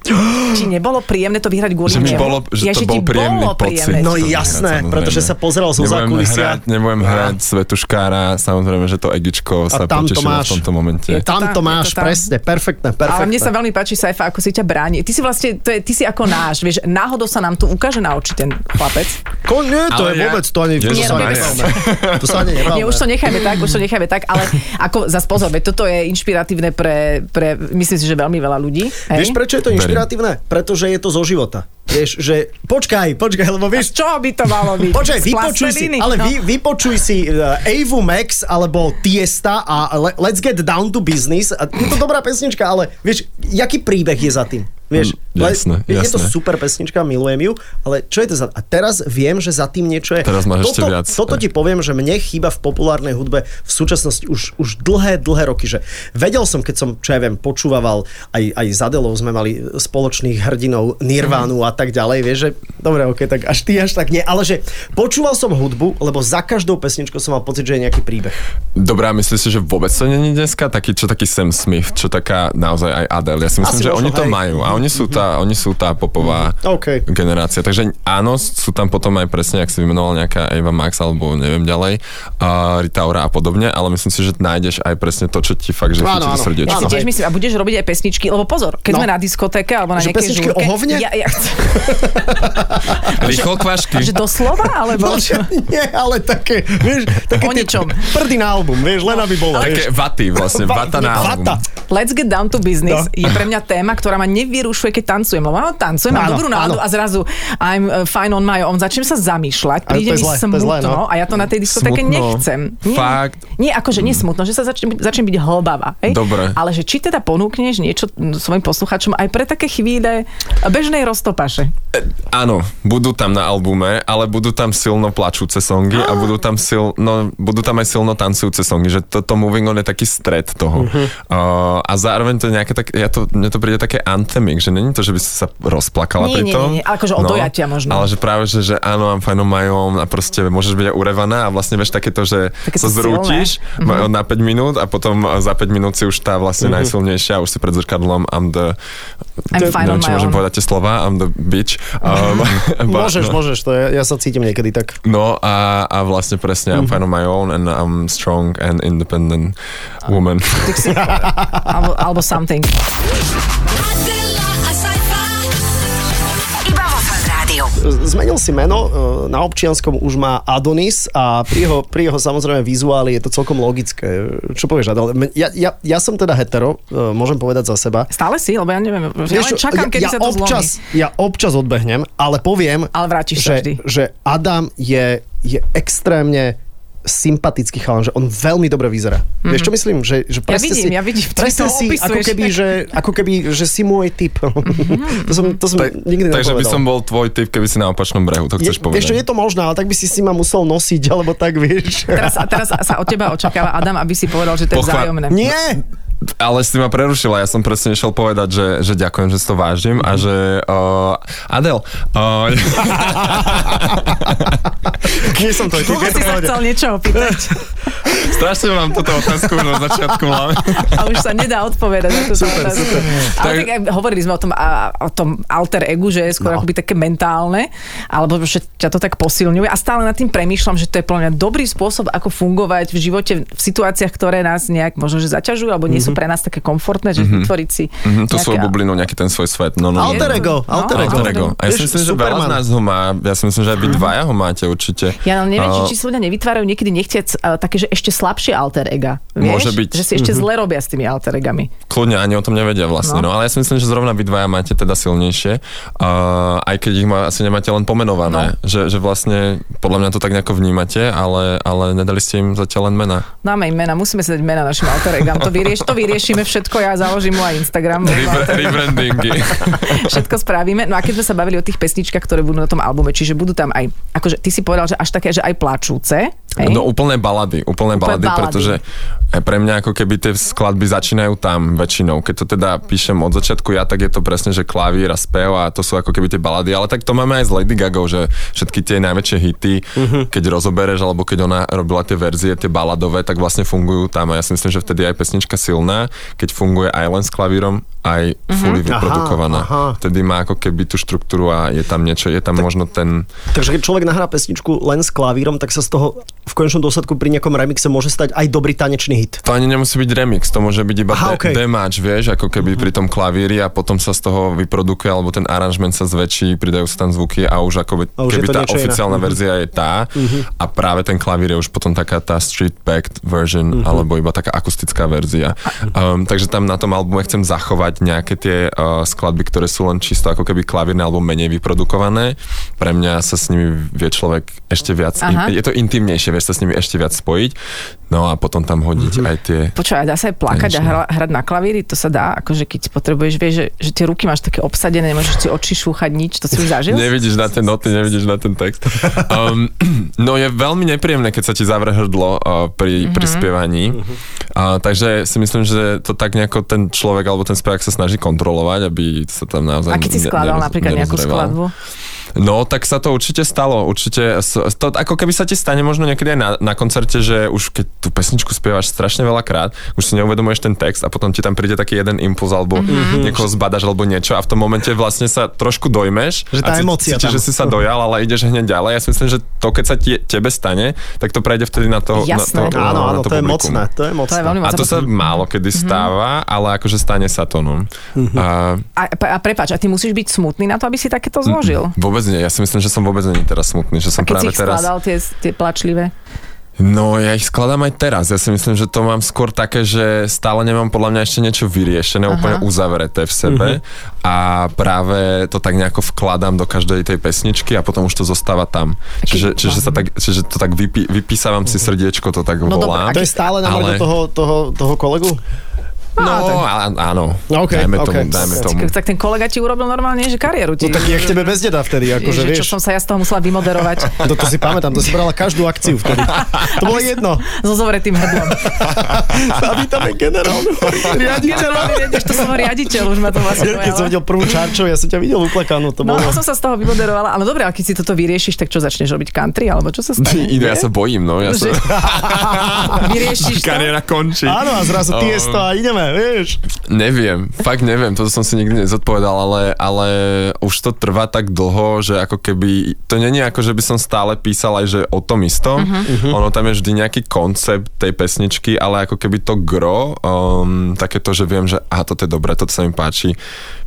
S4: Či nebolo príjemné to vyhrať kvôli
S3: Že mi
S4: nemu?
S3: bolo, že
S4: Ja,
S3: to
S4: ti
S3: bol príjemný
S4: bolo
S3: pocit.
S4: príjemné.
S2: No
S3: to vyhrať,
S2: jasné,
S3: samozrejme.
S2: prebude sa pozeral som za
S3: nebudem
S2: kulisia.
S3: Hrať, nebudem
S2: Á.
S3: hrať Svetuškára, samozrejme, že to Egičko sa
S2: tam to
S3: potešilo
S2: máš.
S3: v tomto momente.
S2: Je tam to
S4: tak, je to
S2: máš,
S4: tam.
S2: presne, perfektné, perfektné.
S4: Ale mne sa veľmi páči, Saifa, ako si ťa bráni. Ty si vlastne, to je, ty si ako náš, vieš, náhodou sa nám tu ukáže na oči ten chlapec.
S2: Ko, nie, to je
S3: Ale ja-
S2: vôbec, to ani... to
S3: Ježiš
S2: sa ani
S4: Maria.
S2: nebavme. To sa ani nebavme.
S4: Nie, už to nechajme tak, už to nechajme tak, ale ako, zas pozor, veď toto je inšpiratívne pre, pre myslím si, že veľmi veľa ľudí.
S2: Vieš,
S4: Hej?
S2: prečo je to
S3: Verím.
S2: inšpiratívne? Pretože je to zo života. Vieš, že počkaj, počkaj, lebo vieš,
S4: Čo by to malo byť?
S2: Počkaj,
S4: Z
S2: vypočuj si,
S4: plastelíny?
S2: ale
S4: No.
S2: vy, vypočuj si uh, Avu Max alebo Tiesta a le, Let's Get Down to Business. A je to dobrá pesnička, ale vieš, jaký príbeh je za tým? Vieš,
S3: Mm, jasné,
S2: je, je to
S3: jasné.
S2: super pesnička, milujem ju, ale čo je to za... A teraz viem, že za tým niečo je.
S3: Teraz máš
S2: toto,
S3: ešte viac.
S2: Toto ti poviem, že mne chýba v populárnej hudbe v súčasnosti už, už dlhé, dlhé roky, že vedel som, keď som, čo ja viem, počúvaval, aj, aj s Adelou sme mali spoločných hrdinov, Nirvánu a tak ďalej, vieš, že dobre, ok, tak až ty až tak nie, ale že počúval som hudbu, lebo za každou pesničkou som mal pocit, že je nejaký príbeh.
S3: Dobrá, myslím si, že vôbec to není dneska taký, čo taký Sam Smith, čo taká naozaj aj Adele. Ja si myslím,
S2: Asi
S3: že
S2: možno,
S3: oni to
S2: hej.
S3: majú a oni sú tá, oni sú tá popová
S2: OK.
S3: generácia. Takže áno, sú tam potom aj presne, ak si vymenoval nejaká Eva Max alebo neviem ďalej, uh, Ritaura a podobne, ale myslím si, že nájdeš aj presne to, čo ti fakt, že
S2: Áno,
S3: chytí za
S2: áno.
S3: srdiečko.
S4: Ja si
S2: Áno,
S4: No. tiež
S2: hej.
S4: myslím, a budeš robiť aj pesničky, lebo pozor, keď
S2: No.
S4: sme na diskotéke alebo na
S2: Že
S4: nejakej
S2: pesničky
S4: žúrke,
S2: o hovne?
S4: Ja, ja chcem,
S3: Rýchlo kvašky.
S4: že doslova,
S2: No,
S4: alebo čo?
S2: nie, ale také, vieš, také
S4: O
S2: tie
S4: ničom.
S2: prdy na album, vieš, len aby bolo,
S3: Také
S2: vieš.
S3: vaty vlastne,
S2: Va-
S3: vata na album.
S2: Vata.
S4: Let's get down to business
S2: No.
S4: no. je pre mňa téma, ktorá ma nevyrušuje, keď tancujem. Lebo áno, tancujem, mám
S2: Áno,
S4: dobrú náladu
S2: áno.
S4: a zrazu I'm uh, fine on my own. Začnem sa
S2: Ale
S4: zamýšľať,
S2: to
S4: príde
S2: je
S4: mi
S2: zlé, to je
S4: smutno
S2: zlé, no.
S4: a ja to na tej diskotéke
S3: Smutno.
S4: nechcem. Nie,
S3: Fakt?
S4: nie akože nie smutno, že sa začnem, začnem byť hlbava. Hej?
S3: Dobre.
S4: Ale že či teda ponúkneš niečo mm, svojim posluchačom aj pre také chvíle bežnej roztopaše.
S3: Áno, budú tam na albume, ale budú tam silno plačúce songy a budú tam, silno, budú tam aj silno tancujúce songy, že toto Moving On je taký stred toho. Uh-huh.
S4: Mhm.
S3: Uh, a zároveň to je nejaké tak, ja to, mne to príde také anthemic, že není to, že by si sa rozplakala
S4: Nie,
S3: pri
S4: nie,
S3: tom. No,
S4: nie, nie, akože o dojatia možno.
S3: Ale že práve, že, že áno, I'm fine on my own a proste môžeš byť aj urevaná a vlastne vieš takéto, že
S4: Také
S3: sa
S4: to silné. Mhm.
S3: zrútiš uh-huh. na 5 minút a potom eh, za 5 minút si už tá vlastne uh-huh. najsilnejšia, už si pred zrkadlom I'm the...
S4: I'm fine
S3: neviem,
S4: on
S3: či
S4: my
S3: môžem
S4: own.
S3: povedať tie slova, I'm the bitch. Um, ba-
S2: Mhm. Môžeš, môžeš, to je, ja sa cítim niekedy tak.
S3: No a, a vlastne
S2: Mhm.
S3: presne, I'm fine on my own and I'm strong and independent woman.
S4: Alebo, alebo something.
S6: Adela, a sci-fi.
S1: Iba vo Fan Rádiu.
S2: Zmenil si meno, e, na občianskom už má Adonis a pri jeho, pri jeho samozrejme vizuáli je to celkom logické. Čo povieš, Adel? M- Ja, ja, ja som teda hetero, e, môžem povedať za seba.
S4: Stále si, lebo ja neviem. Ja
S2: Vieš
S4: len
S2: čo,
S4: čakám, kedy
S2: ja
S4: sa to
S2: občas,
S4: zlomí.
S2: Ja občas odbehnem, ale poviem,
S4: Ale vrátiš sa
S2: že,
S4: vždy.
S2: že Adam je, je extrémne sympatický chalan, že on veľmi dobre vyzerá. Mm-hmm. Vieš, čo myslím? Že, že presne si,
S4: vidím, Mhm. ja vidím, ty
S2: presne
S4: to
S2: si ako
S4: opisuješ.
S2: keby, že, ako keby, že si môj typ.
S4: Mhm.
S2: Mm-hmm. to som, to som
S3: Tak-
S2: nikdy
S3: takže by
S2: nepovedal.
S3: som bol tvoj typ, keby si na opačnom brehu, to
S2: je,
S3: chceš
S2: vieš, čo, je
S3: povedať.
S2: to možné, ale tak by si si ma musel nosiť, alebo tak, vieš.
S4: Teraz, a teraz sa od teba očakáva, Adam, aby si povedal, že to je
S3: Pochva-
S4: vzájomné.
S2: Nie!
S3: Ale si ma prerušila, ja som presne išiel povedať, že, že ďakujem, že si to vážim a že...
S2: Mhm.
S3: Uh, Adel, uh,
S2: Nie som tvoj typ,
S4: Dlho
S2: je to
S4: si
S2: v
S4: sa
S2: pohode.
S4: chcel niečo opýtať
S3: strašne mám túto otázku už na začiatku v hlave.
S4: a už sa nedá odpovedať na túto
S2: Super,
S4: otázku.
S2: super.
S4: Ale
S3: Tak-
S4: tak, aj hovorili sme o tom, a, o tom alter egu, že je skôr
S2: No.
S4: no. akoby také mentálne, alebo že ťa to tak posilňuje a stále nad tým premýšľam, že to je podľa mňa dobrý spôsob, ako fungovať v živote v situáciách, ktoré nás nejak možno že zaťažujú, alebo nie sú pre nás také komfortné, že vytvoriť si
S3: Mhm, tú svoju
S4: nejaké-
S3: bublinu, nejaký ten svoj svet. No, no, no.
S2: Alter ego,
S4: No,
S2: alter ego.
S3: Alter ego. A ja si
S2: Vieš,
S3: myslím, že veľa z
S2: Superman.
S3: nás ho má. Ja si myslím, že aj vy dvaja ho máte určite.
S4: Mhm.
S3: Eh,
S4: Ja ale neviem,
S3: A-
S4: či, či si ľudia nevytvárajú niekedy nechtiac uh, také, že ešte slabšie alter ega. Vieš?
S3: Môže byť. Mhm.
S4: Že si ešte zle robia s tými alter egami.
S3: Kľudne ani o tom nevedia vlastne, no.
S4: No.
S3: no ale ja si myslím, že zrovna vy dvaja máte teda silnejšie, uh, aj keď ich ma, asi nemáte len pomenované, no. že, že vlastne podľa mňa to tak nejako vnímate, ale, ale nedali ste im zatiaľ len mená.
S4: Dáme im mena, musíme si dať mena našim alter egám. To, vyrieš, to vyriešime všetko, ja založím mu aj Instagram.
S3: Re- rebrandingy.
S4: všetko spravíme. No a keď sme sa bavili o tých pesničkách, ktoré budú na tom albume, čiže budú tam aj, akože ty si povedal, že až také, že aj plačúce. Hej?
S3: No úplné balady, úplné, balady,
S4: balady.
S3: pretože aj pre mňa ako keby tie skladby začínajú tam väčšinou. Keď to teda píšem od začiatku ja, tak je to presne, že klavír a spev a to sú ako keby tie balady, ale tak to máme aj s Lady Gagou, že všetky tie najväčšie hity, keď rozobereš, alebo keď ona robila tie verzie, tie baladové, tak vlastne fungujú tam a ja si myslím, že vtedy je aj pesnička silná, keď funguje aj len s klavírom, aj fully vyprodukovaná.
S2: aha.
S3: Vtedy má ako keby tú štruktúru a je tam niečo, je tam možno ten...
S2: Takže keď človek nahrá pesničku len s klavírom, tak sa z toho v konečnom dôsledku pri nejakom remixe môže stať aj dobrý tanečný hit.
S3: To ani nemusí byť remix, to môže byť iba
S2: Aha, Mhm.
S3: Aha,
S2: okej.
S3: okay. demáč, vieš, ako keby pri tom klavíri a potom sa z toho vyprodukuje, alebo ten aranžment sa zväčší, pridajú sa tam zvuky a už ako
S2: A už je
S3: keby
S2: to
S3: tá
S2: niečo iné.
S3: oficiálna
S2: Mhm.
S3: verzia je tá a práve ten klavír je už potom taká tá street backed
S2: Mhm.
S3: version, alebo iba taká akustická verzia. Um, takže tam na tom albume chcem zachovať nejaké tie uh, skladby, ktoré sú len čisto ako keby klavírne alebo menej vyprodukované. Pre mňa sa s nimi vie človek ešte viac,
S4: Aha.
S3: in, je to intimnejšie, vieš sa s nimi ešte viac spojiť. No a potom tam hodiť
S4: Mhm.
S3: aj tie
S4: Počúvaj, dá sa aj plakať a
S3: Konečne.
S4: hra, hrať na klavíri, to sa dá, akože keď potrebuješ, vieš, že, že tie ruky máš také obsadené, nemôžeš si oči šúchať nič, to si už zažil?
S3: Nevidíš na tie noty, nevidíš na ten text. Um, no je veľmi nepríjemné, keď sa ti zavre hrdlo uh, pri,
S4: Mhm.
S3: pri spievaní. Uh, takže si myslím, že to tak nejako ten človek alebo ten spevák sa snaží kontrolovať, aby sa tam naozaj
S4: A keď si
S3: ne-
S4: skladal
S3: neroz-
S4: napríklad nejakú
S3: nerozreval.
S4: skladbu?
S3: No, tak sa to určite stalo. Určite, s- to, ako keby sa ti stane možno niekedy aj na, na koncerte, že už keď tú pesničku spievaš strašne veľa krát, už si neuvedomuješ ten text a potom ti tam príde taký jeden impuls alebo
S2: Mhm.
S3: mm-hmm. niekoho zbadaš alebo niečo a v tom momente vlastne sa trošku dojmeš.
S2: Že tá
S3: a cí-
S2: emócia
S3: cítiš,
S2: tam.
S3: že si sa dojal, ale ideš hneď ďalej. Ja si myslím, že to, keď sa ti, tebe stane, tak to prejde vtedy na to Na
S4: Jasné.
S3: to,
S2: Áno,
S3: na
S2: áno, to je
S3: publikum.
S2: mocné, Mhm. to je
S4: To je
S2: mocné.
S4: veľmi
S3: A
S4: moc.
S3: to sa málo kedy stáva, ale akože stane sa to, no.
S2: Mhm.
S3: A,
S4: a, a prepáč, a ty musíš byť smutný na to, aby si takéto zložil?
S3: Vôbec nie, ja si myslím, že som vôbec není teraz smutný, že som
S4: Keď si
S3: práve
S4: ich
S3: teraz...
S4: skladal tie, tie plačlivé.
S3: No, ja ich skladám aj teraz. Ja si myslím, že to mám skôr také, že stále nemám podľa mňa ešte niečo vyriešené, Aha. úplne uzavreté v sebe
S2: Mhm.
S3: a práve to tak nejako vkladám do každej tej pesničky a potom už to zostáva tam. Čiže, čiže, sa tak, čiže to tak vypí, vypísavam si srdiečko, to tak
S4: Mhm. No dobre,
S3: volám.
S4: a
S2: To je stále na ale...
S3: Ale-
S2: toho, toho, toho kolegu?
S3: No, á- áno.
S2: No, ok,
S3: dajme
S2: ok.
S3: tomu, dajme tomu.
S4: Tak ten kolega ti urobil normálne, že kariéru ti.
S2: No tak je k tebe bez deda vtedy, akože
S4: Ježiš,
S2: vieš.
S4: čo som sa ja z toho musela vymoderovať
S2: To, to si pamätám, to si brala každú akciu vtedy. To bolo jedno.
S4: so zovretým hrdlom.
S2: A vítame generál. Riaditeľ.
S4: Vieš, to som riaditeľ, už ma to vlastne
S2: Ja, keď som
S4: pojalo.
S2: videl prvú čarčov, ja som ťa videl uplakanú, to
S4: No,
S2: bolo...
S4: ja som sa z toho vymoderovala, ale dobre, ale keď si toto vyriešiš, tak čo začneš robiť country, alebo čo sa stane?
S3: Ide, ja sa bojím, no. Ja
S4: Že-
S3: sa...
S4: Vyriešiš to?
S3: Kariéra končí.
S2: Áno, a zrazu
S3: Um,
S2: ty je to a ideme, vieš.
S3: Neviem, fakt neviem, toto som si nikdy nezodpovedal, ale, ale už to trvá tak dlho, že ako keby, to není ako, že by som stále písal aj, že o tom istom,
S4: Mhm.
S3: uh-huh. ono tam je vždy nejaký koncept tej pesničky, ale ako keby to gro, um, také to, že viem, že aha, toto je dobré, toto sa mi páči,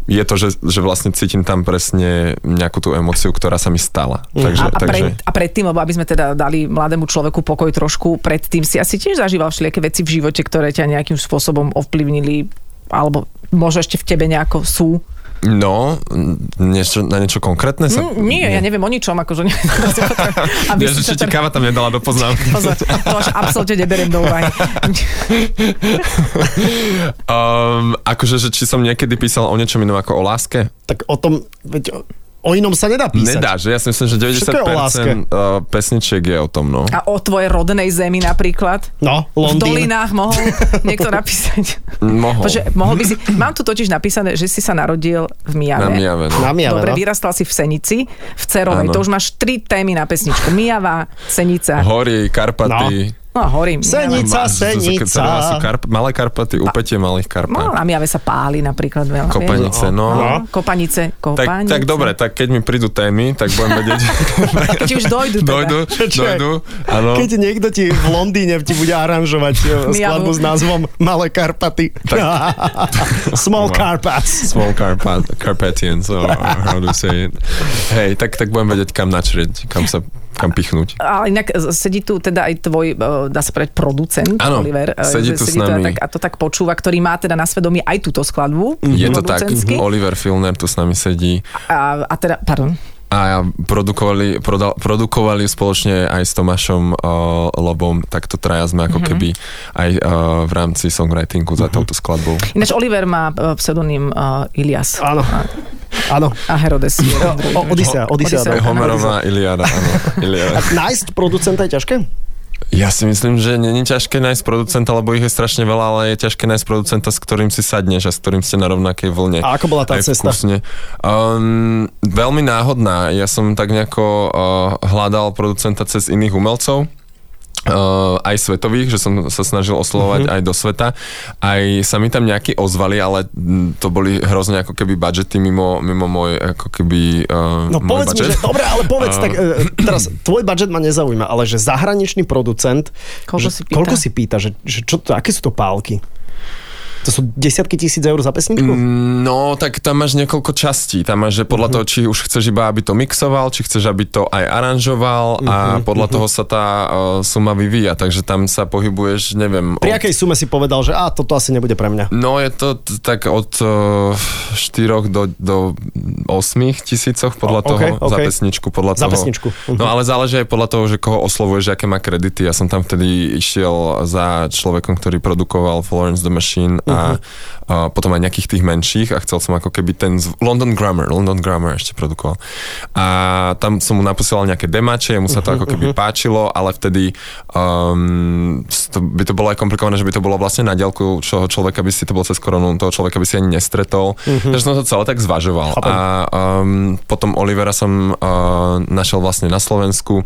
S3: je to, že, že vlastne cítim tam presne nejakú tú emociu, ktorá sa mi stala. Takže,
S4: A, a,
S3: takže...
S4: pred, a predtým, lebo aby sme teda dali mladému človeku pokoj trošku, predtým si asi tiež zažíval všelijaké veci v živote, ktoré ťa nejakým spôsobom ovplyvnili, alebo možno ešte v tebe nejako sú.
S3: No, n- niečo, na niečo konkrétne sa...
S4: Mm, Nie, ja neviem o ničom, akože ne,
S3: Ja,
S4: aby
S3: že
S4: si sa
S3: či ti
S4: teraz...
S3: káva tam nedala do poznámky.
S4: Pozor, to až absolútne neberiem do úvahy.
S3: Um, akože, že či som niekedy písal o niečom inom ako o láske?
S2: Tak o tom, veď, o- o inom sa nedá písať.
S3: Nedá, že ja si myslím, že
S2: Všetko je o láske.
S3: 90% uh, pesničiek je o tom, no.
S4: A o tvojej rodnej zemi napríklad.
S2: No,
S4: V
S2: Londýn.
S4: dolinách mohol niekto napísať.
S3: Mohol.
S4: Bože, mohol by si... Mám tu totiž napísané, že si sa narodil v
S3: Na
S4: Mijave.
S3: Mijave, no.
S2: Na Mijave,
S4: Dobre,
S2: no.
S4: vyrastal si v Senici, v
S3: Áno.
S4: Cerovej. To už máš tri témy na pesničku. Mijava, Senica.
S3: Hory, Karpaty.
S4: No a horím.
S2: Senica.
S3: Máš-
S2: Senica.
S3: Cerová sú karp- malé Karpaty, úpetie malých
S4: No,
S3: Karpat.
S4: na Mijave sa páli napríklad veľa. vieš.
S3: Kopanice,
S2: No.
S3: no.
S4: Kopanice,
S3: Tak,
S4: kopanice.
S3: tak dobre, tak keď mi prídu témy, tak budem vedieť.
S4: Keď už dojdu teda.
S3: dojdu,
S2: Čak.
S3: dojdu, áno.
S2: Keď niekto ti v Londýne ti bude aranžovať e, skladbu s názvom Malé Karpaty. Small
S3: Wow.
S2: Carpats.
S3: Small Carpat, Carpathians, or how to say it. Hej, tak, tak budem vedieť, kam načrieť, kam sa kam pichnúť.
S4: Ale inak e, sedí tu teda aj tvoj, e, dá sa povedať, producent
S3: Áno,
S4: Oliver. e,
S3: sedí
S4: že
S3: tu s
S4: a
S3: nami.
S4: Tak, a to tak počúva, ktorý má teda na svedomí aj túto skladbu.
S3: Je to tak, Mhm.
S4: producentsky.
S3: Oliver Filner tu s nami sedí
S4: A, a teda, pardon.
S3: a produkovali, prodal, produkovali spoločne aj s Tomášom uh, Lobom, tak to traja sme ako keby aj uh, v rámci songwritingu za touto skladbou.
S4: Ináč Oliver má e, pseudonym uh, Ilias.
S2: Áno. Áno.
S4: A Herodes. je ten druhý.
S2: O, Odisea, Odisea.
S4: Odisea.
S2: dá.
S3: Homerová Iliada, áno. Iliada.
S2: Nájsť producenta je ťažké?
S3: Ja si myslím, že není ťažké nájsť producenta, lebo ich je strašne veľa, ale je ťažké nájsť producenta, s ktorým si sadneš a s ktorým ste na rovnakej vlne.
S2: A ako bola tá
S3: Aj
S2: cesta?
S3: Vkusne. Um, veľmi náhodná. Ja som tak nejako uh, hľadal producenta cez iných umelcov. Uh, aj svetových, že som sa snažil
S2: Mhm.
S3: oslovať mm-hmm. aj do sveta. Aj sa mi tam nejakí ozvali, ale mm, to boli hrozne ako keby budžety mimo, mimo môj ako keby uh,
S2: No
S3: môj
S2: povedz mi,
S3: budget.
S2: že dobre, ale povedz, tak e, teraz tvoj budget ma nezaujíma, ale že zahraničný producent, že,
S4: Koľko si pýta?
S2: koľko si pýta že, že čo to, aké sú to pálky? To sú desiatky tisíc eur za pesničku?
S3: No, tak tam máš niekoľko častí. Tam máš, že podľa
S2: Mhm.
S3: toho, či už chceš iba, aby to mixoval, či chceš, aby to aj aranžoval
S2: Mhm,
S3: a podľa toho sa tá uh, suma vyvíja. Takže tam sa pohybuješ, neviem...
S2: Pri
S3: od-
S2: akej sume si povedal, že a toto asi nebude pre mňa?
S3: No, je to t- tak od uh, 4 do, do 8 tisícoch podľa
S2: O-
S3: toho,
S2: okej,
S3: za
S2: okej.
S3: pesničku. Podľa
S2: Za
S3: toho.
S2: pesničku. Mhm.
S3: No, ale záleží aj podľa toho, že koho oslovuješ, aké má kredity. Ja som tam vtedy išiel za človekom, ktorý produkoval Florence the Machine a,
S2: Mhm.
S3: a potom aj nejakých tých menších a chcel som ako keby ten z London Grammar, London Grammar ešte produkoval. A tam som mu naposielal nejaké demače, mu
S2: Mhm,
S3: sa to ako keby páčilo, ale vtedy um, to, by to bolo aj komplikované, že by to bolo vlastne na diaľku, čoho človeka by si to bolo cez koronu, toho človeka by si ani nestretol. Takže som to celé tak zvažoval.
S2: Chápem.
S3: A um, potom Olivera som uh, našiel vlastne na Slovensku.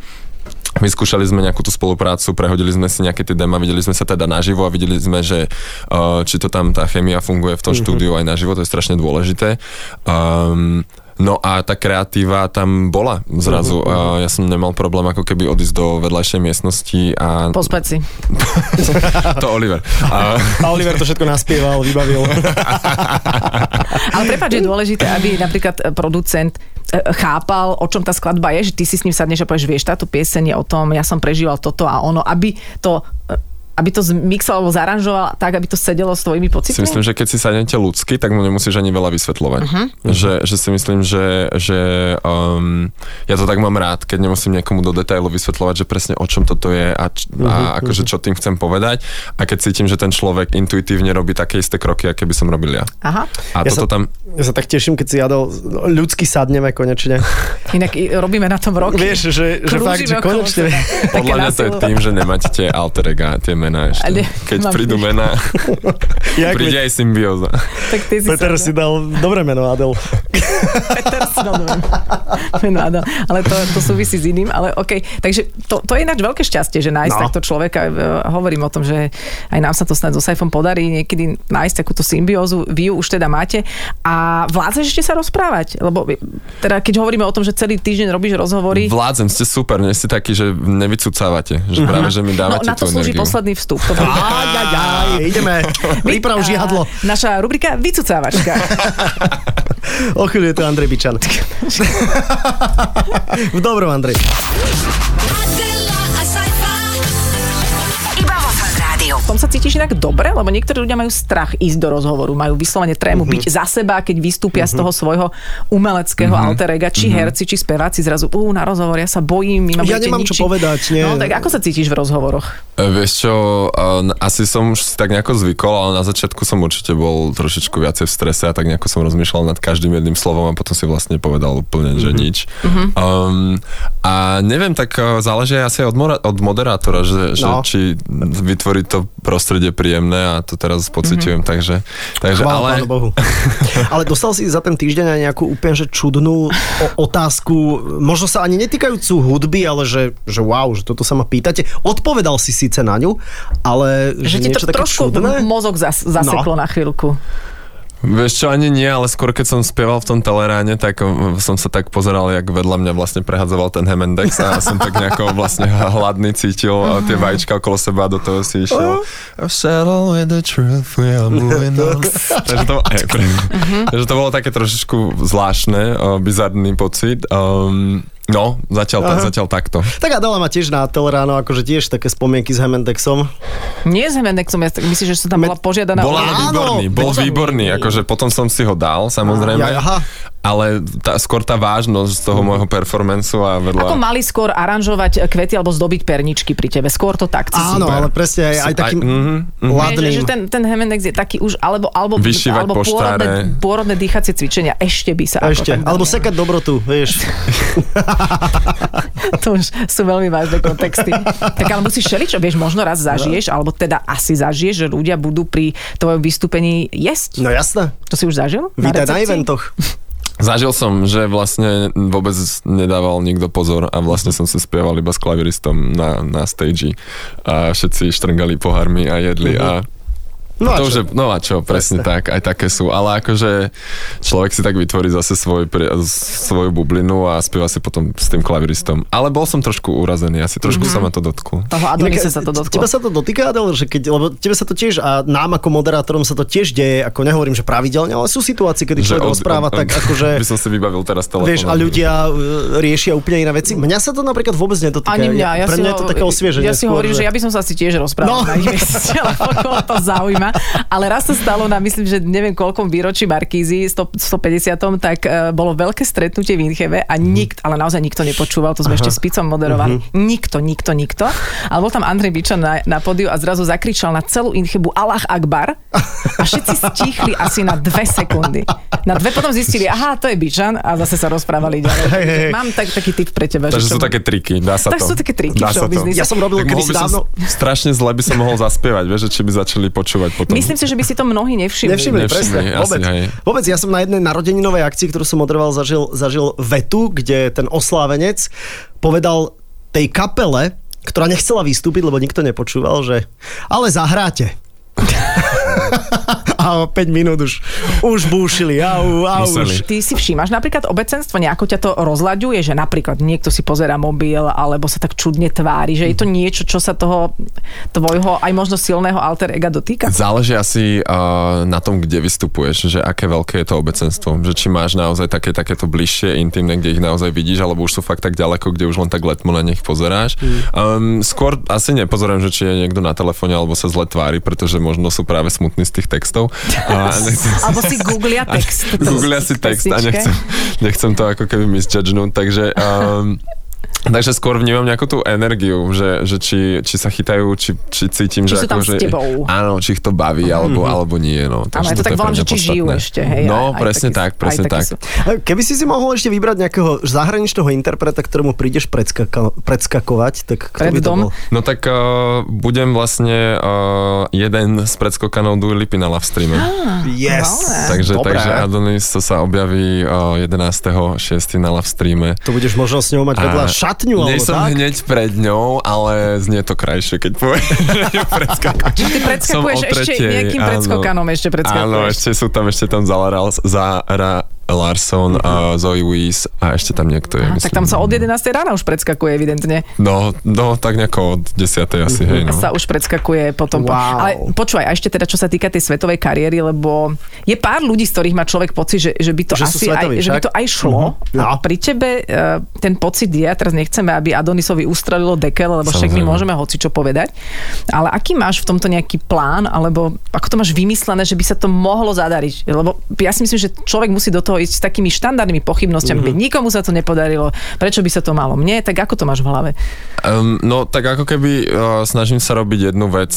S3: Vyskúšali sme nejakú tú spoluprácu, prehodili sme si nejaké tie dema, videli sme sa teda naživo a videli sme, že uh, či to tam tá chemia funguje v tom štúdiu aj naživo, to je strašne dôležité. Um, No a tá kreatíva tam bola zrazu. Uh, ja som nemal problém ako keby odísť do vedľajšej miestnosti a
S4: Pospať si.
S3: to Oliver. A,
S2: A Oliver to všetko naspieval, vybavil.
S4: Ale prepáč, je dôležité, aby napríklad e, producent e, chápal, o čom tá skladba je, že ty si s ním sadneš a povieš, vieš, táto pieseň je o tom, ja som prežíval toto a ono, aby to e, aby to zmixoval alebo zaranžoval tak, aby to sedelo s tvojimi
S3: si
S4: pocitmi?
S3: myslím, že keď si sadnete ľudsky, tak mu nemusíš ani veľa vysvetľovať.
S4: Mhm.
S3: Uh-huh. Že, že si myslím, že, že um, ja to tak mám rád, keď nemusím niekomu do detailu vysvetľovať, že presne o čom toto je a, č- a
S4: Mhm,
S3: akože čo tým chcem povedať. A keď cítim, že ten človek intuitívne robí také isté kroky, aké by som robil ja.
S4: Aha.
S2: Ja
S3: A ja toto
S2: sa-
S3: tam...
S2: Ja sa tak teším, keď si jadol, no, ľudsky sadneme konečne.
S4: Inak i- robíme na tom roky.
S2: Vieš, že, že
S4: Krúžime
S2: fakt, že
S4: okolo
S2: konečne.
S4: seba. Také
S3: Podľa mňa to je
S4: násilová-
S3: tým, že nemáte tie alter ega, tie mená ešte.
S4: Ale-
S3: Keď
S4: mám-
S3: prídu mená,
S2: Jak
S3: príde
S2: veď-
S3: aj symbióza.
S4: Tak ty si
S2: Peter si dal dobré meno, Adel.
S4: Peter si dal dobre. meno Adam. no. Ale to, to súvisí s iným, ale OK. Takže to, to je ináč veľké šťastie, že
S2: No.
S4: nájsť no. takto človeka. E, Hovorím o tom, že aj nám sa to snad so Saifom podarí niekedy nájsť takúto symbiózu. Vy ju už teda máte a vládzeš ešte sa rozprávať. Lebo vy- teda keď hovoríme o tom, že celý týždeň robíš rozhovory,
S3: Vládzem, ste super, nie ste takí, že nevycucávate. Že práve, že mi
S4: no
S3: dávate
S4: na to
S3: tú
S4: slúži
S3: energiu.
S4: posledný vstup. To bol-
S2: Aj, aj, aj, ideme. Príprav
S4: A
S2: žihadlo.
S4: Naša rubrika Vycucávačka.
S2: O chvíľu je to Andrej Bičan. v dobrom, Andrej.
S6: Adela, a sci-fi.
S1: Iba vo Fan Rádiu.
S4: tom sa cítiš inak dobre? Lebo niektorí ľudia majú strach ísť do rozhovoru, majú vyslovene
S2: Mhm.
S4: trému byť za seba, keď vystúpia z toho svojho umeleckého
S2: Mhm.
S4: alter ega, či herci, či speváci zrazu, ú, na rozhovor, ja sa bojím, my ma
S2: Ja
S4: budete
S2: nemám čo
S4: ničiť."
S2: povedať, nie.
S4: No, tak ako sa cítiš v rozhovoroch?
S3: E, Vieš čo, a n- asi som už si tak nejako zvykol, ale na začiatku som určite bol trošičku viacej v strese a tak nejako som rozmýšľal nad každým jedným slovom a potom si vlastne povedal
S2: Mhm.
S3: úplne, že nič. Um, a neviem, tak e, záleží asi aj od, mora- od moderátora, že, že
S2: No.
S3: či vytvorí to prostredie príjemné a to teraz pociťujem, takže, takže
S2: Mhm. Chvála Pánu
S3: ale...
S2: Bohu. Ale dostal si za ten týždeň aj nejakú úplne že čudnú o- otázku, možno sa ani netýkajúcu hudby, ale že, že wow, že toto sa ma pýtate. Odpovedal si síce na ňu, ale že,
S4: Že ti
S2: niečo
S4: to
S2: také
S4: trošku
S2: čudné? No.
S4: mozog zas, zaseklo na chvíľku.
S3: Vieš čo, ani nie, ale skôr keď som spieval v tom teleráne, tak mm, som sa tak pozeral, jak vedľa mňa vlastne prehadzoval ten Hemendex a ja som tak nejako vlastne hladný cítil a tie vajíčka okolo seba a do toho si išiel. I've settled with the truth, we are moving on. takže, to, aj, pre,
S2: Mhm.
S3: takže to bolo také trošičku zvláštne, o, bizarný pocit. Um, no, zatiaľ, ta, zatiaľ takto.
S2: Tak Adela ma tiež na teleráno, akože tiež také spomienky s Hemendexom.
S4: Nie s Hemendexom, ja tak myslím, že som tam
S2: Med-
S4: bola požiadaná
S3: Bol
S2: No, Áno,
S3: ale výborný, bol
S2: veď-
S3: výborný, akože potom som si ho dal, samozrejme.
S2: Ja- aha. Mhm.
S3: Ale tá, skôr tá vážnosť z toho môjho performancu a vedľa...
S4: Ako mali skôr aranžovať kvety alebo zdobiť perničky pri tebe? Skôr to tak. cítim.
S2: Áno,
S3: Super.
S2: ale presne aj, aj
S3: Super.
S2: takým
S3: Mhm,
S2: ladným.
S4: Vieš, že ten, ten Hemendex je taký už, alebo, alebo,
S3: Vyšívať
S4: alebo
S3: poštáre.
S4: pôrodné, pôrodné dýchacie cvičenia, ešte by sa
S2: A Ešte,
S4: ako tak
S2: alebo sekať dobrotu, vieš.
S4: To už sú veľmi vážne kontexty. tak ale musíš šeličo, vieš, možno raz zažiješ,
S2: No.
S4: alebo teda asi zažiješ, že ľudia budú pri tvojom vystúpení jesť.
S2: No jasné,
S4: To si už zažil?
S2: vítaj na
S4: recepcii?
S2: eventoch.
S3: Zažil som, že vlastne vôbec nedával nikto pozor a vlastne som sa spieval iba s klaviristom na, na stage a všetci štrngali pohármi a jedli a
S2: No a čo?
S3: to už je, no a čo, presne tak, aj také sú, ale akože človek si tak vytvorí zase svoj, pri- svoju bublinu a spieva si potom s tým klaviristom. Ale bol som trošku urazený, asi trošku
S2: Mhm.
S3: mm-hmm. sa ma to dotklo.
S4: Toho Adonisa
S2: Inak,
S4: sa to dotklo.
S2: Teba sa to dotýka, Adel, že keď, lebo tebe sa to tiež, a nám ako moderátorom sa to tiež deje, ako nehovorím, že pravidelne, ale sú situácie, kedy
S3: Že
S2: človek
S3: od-
S2: rozpráva
S3: od-
S2: tak, akože,
S3: By som si vybavil teraz telefón.
S2: vieš, a ľudia e, riešia úplne iné veci. Mňa sa to napríklad vôbec nedotýka.
S4: Ani mňa, ja
S2: pre
S4: si
S2: mňa je to
S4: ho-
S2: také osvieženie.
S4: Ja si
S2: skôr,
S4: hovorím, že... ja by som sa asi tiež
S2: No.
S4: rozprával no. na ich mieste, lebo koho to zaujíma. Ale raz sa stalo na, myslím, že neviem koľkom výročí Markízy, 100 150. tak uh, bolo veľké stretnutie v
S2: Mhm.
S4: Incheve a nikt, ale naozaj nikto nepočúval, to sme ešte s Picom moderovali. Nikto, nikto, nikto. Ale bol tam Andrej Bičan na, na podiu a zrazu zakričal na celú Inchebu Allah Akbar a všetci stichli asi na dve sekundy. Na dve potom zistili, aha, to je Bičan a zase sa rozprávali ďalej.
S2: Hej, hej, hej.
S4: Mám tak, taký tip pre teba.
S3: Takže sú
S4: že čo-
S3: také triky, dá sa
S4: Tak
S3: to.
S4: sú také triky
S3: dá
S4: v
S3: sa to.
S4: showbiznise.
S2: Ja som robil
S3: Tak mohol
S2: kedysi
S3: by som,
S2: dávno.
S3: strašne zle by som mohol zaspievať, vieš, že či by začali počúvať potom.
S4: Myslím si, že by si to mnohí nevšimli.
S2: Nevšimli,
S3: Nevšimli,
S2: presne.
S3: asi,
S2: vôbec.
S3: hej.
S2: vôbec, ja som na jednej narodeninovej akcii, ktorú som moderoval, zažil, zažil vetu, kde ten oslávenec povedal tej kapele, ktorá nechcela vystúpiť, lebo nikto nepočúval, že ale zahráte. a 5 minút už, už búšili, au, au,
S3: Museli.
S2: už.
S4: Ty si všímaš napríklad obecenstvo, nejako ťa to rozlaďuje, že napríklad niekto si pozera mobil alebo sa tak čudne tvári, že je to niečo, čo sa toho tvojho aj možno silného alter ega dotýka?
S3: Záleží asi uh, na tom, kde vystupuješ, že aké veľké je to obecenstvo. Že či máš naozaj také, takéto bližšie, intimné, kde ich naozaj vidíš, alebo už sú fakt tak ďaleko, kde už len tak letmo na nich pozeráš.
S4: Mm.
S3: Um, skôr asi nepozorujem, že či je niekto na telefóne, alebo sa zle tvári, pretože možno sú práve smutní z tých textov. A nechcem si-
S4: Alebo si googlia text.
S3: Googlia si text a nechcem, nechcem to ako keby misjudgnúť, takže... Um, Takže skôr vnímam nejakú tú energiu, že, že či, či sa chytajú, či, či cítim, že
S4: Či sú tam
S3: ako,
S4: s
S3: že,
S4: tebou. Mhm.
S3: Áno, či ich to baví, alebo, alebo nie. No.
S4: Áno, ja
S3: toto
S4: to tak
S3: je pre
S4: volám,
S3: mňa
S4: že či žijú
S3: podstatné.
S4: ešte, hej,
S3: no,
S4: aj- aj
S3: presne
S4: takí-
S3: tak,
S4: aj
S3: presne
S4: takí
S3: tak.
S4: sú.
S2: Keby si si mohol ešte vybrať nejakého zahraničného interpreta, ktorému prídeš predskaka- predskakovať, tak kto by to
S4: Predom.
S2: bol?
S3: No tak uh, budem vlastne uh, jeden z predskokanov Dua Lipy na live streame.
S4: Ah,
S2: Yes.
S3: takže,
S2: Dobré.
S3: takže Adonis to sa objaví uh, 11.6. na live streame.
S2: To budeš možno s ňou mať vedľa
S3: A
S2: šatňu,
S3: Nie
S2: alebo
S3: som
S2: tak?
S3: hneď pred ňou, ale znie to krajšie, keď poviem, že ju predskakujem.
S4: Čiže ty
S3: Som
S4: predskakuješ
S3: o
S4: ešte
S3: tretej,
S4: nejakým
S3: áno.
S4: predskokanom, ešte
S3: Áno,
S4: predskakuješ.
S3: ešte sú tam, ešte tam zalaral, zara, Larson, uh, Zoe Weiss a ešte tam niekto je.
S4: Á,
S3: myslím.
S4: Mhm. tak tam sa od 11. rána už predskakuje evidentne.
S3: No, no, tak nejako od 10. asi, hej, no.
S4: Mhm. sa už predskakuje potom.
S2: Wow.
S4: Po... Ale počúvaj, a ešte teda, čo sa týka tej svetovej kariéry, lebo je pár ľudí, z ktorých má človek pocit, že, že by to
S2: Že sú
S4: asi
S2: svetoví,
S4: aj, že by
S2: však?
S4: to aj šlo.
S2: Mhm.
S4: No.
S2: No.
S4: A pri tebe uh, ten pocit je, a teraz nechceme, aby Adonisovi ustrelilo dekel, lebo však my
S3: Samozrejme.
S4: môžeme hoci čo povedať. Ale aký máš v tomto nejaký plán, alebo ako to máš vymyslené, že by sa to mohlo zadariť? Lebo ja si myslím, že človek musí do toho ísť s takými štandardnými
S2: Mhm.
S4: pochybnosťami, mm-hmm. nikomu sa to nepodarilo, prečo by sa to malo mne, tak ako to máš v hlave?
S3: Um, no, tak ako keby uh, snažím sa robiť jednu vec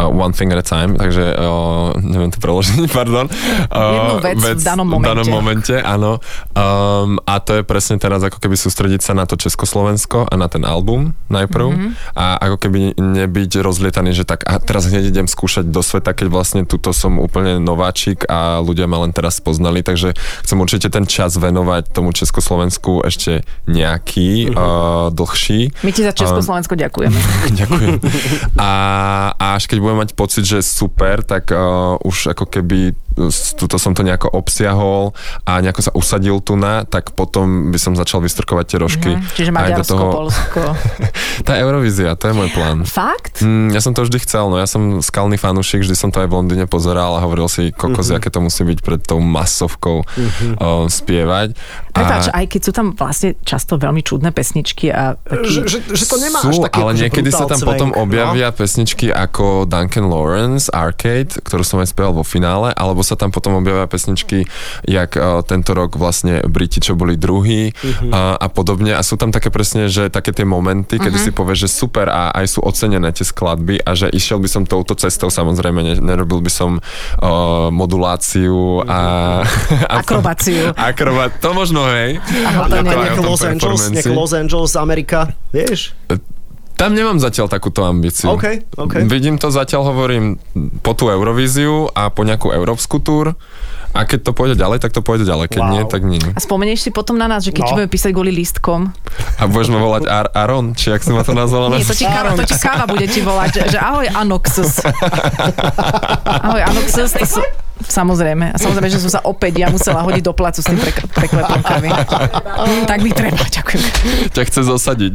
S3: uh, one thing at a time, takže uh, neviem to preložiť, pardon.
S4: Jednu
S3: Uh,
S4: vec v danom
S3: V danom momente,
S4: momente.
S3: áno. Um, a to je presne teraz ako keby sústrediť sa na to Československo a na ten album najprv
S4: Mhm.
S3: mm-hmm. a ako keby nebyť rozlietaný, že tak a teraz hneď idem skúšať do sveta, keď vlastne tuto som úplne nováčik a ľudia ma len teraz poznali, takže chcem určite ten čas venovať tomu Československu ešte nejaký,
S4: Mhm.
S3: mm-hmm. uh, dlhší.
S4: My ti za Československo
S2: Ehm.
S4: ďakujeme.
S3: Ďakujem. A, a až keď budem mať pocit, že super, tak uh, už ako keby uh, s- tuto som to nejako obsiahol a nejako sa usadil tu na, tak potom by som začal vystrkovať tie rožky.
S4: Mhm, Čiže
S3: Aj do
S4: Maďarsko,
S3: toho-
S4: Polsko.
S3: Tá Eurovízia, to je môj plán.
S4: Fakt?
S3: Mm, ja som to vždy chcel, no ja som skalný fanúšik, vždy som to aj v Londýne pozeral a hovoril si, kokos, mm-hmm. aké to musí byť pred tou masovkou mm-hmm. uh, spievať. A-
S4: Prepáč, aj keď sú tam vlastne často veľmi čudné pesničky a taký...
S2: Že, že, že to nemá až
S3: sú,
S2: taký
S3: ale
S2: akože
S3: niekedy sa
S2: brutál
S3: tam
S2: cvenk,
S3: potom
S2: no.
S3: objavia pesničky ako Duncan Lawrence, Arcade, ktorú som aj spieval vo finále, alebo sa tam potom objavia pesničky, jak uh, tento rok vlastne Briti, čo boli druhí
S2: Mhm.
S3: uh, a podobne. A sú tam také presne, že také tie momenty, kedy
S2: Mhm.
S3: si povieš, že super a aj sú ocenené tie skladby a že išiel by som touto cestou, samozrejme, ne, nerobil by som uh, moduláciu
S2: Mhm.
S3: a... a
S4: Akrobáciu.
S3: Akrobat, to možno, hej.
S2: No.
S4: Aha, to
S3: Je
S4: nie,
S3: aj o
S2: Nejak
S3: tom
S2: Los Angeles, nejak
S3: performanci.
S2: Los Angeles, Amerika, vieš?
S3: Tam nemám zatiaľ takúto ambíciu.
S2: OK, OK.
S3: Vidím to zatiaľ, hovorím, po tú Eurovíziu a po nejakú európsku túr. A keď to pôjde ďalej, tak to pôjde ďalej. Keď
S2: Wow.
S3: nie, tak nie.
S4: A spomenieš si potom na nás, že keď
S2: No.
S4: no. budeme písať kvôli lístkom.
S3: A budeš ma volať Ar- Aron, či jak si ma to nazvala?
S4: Nie, to ti káva, to ti káva bude ti volať, že, že ahoj Anoxus. Ahoj Anoxus, to sú, Samozrejme. A samozrejme, že som sa opäť ja musela hodiť do placu s tým prek- prekleponkami. tak by treba, ďakujem.
S3: Ťa chce zosadiť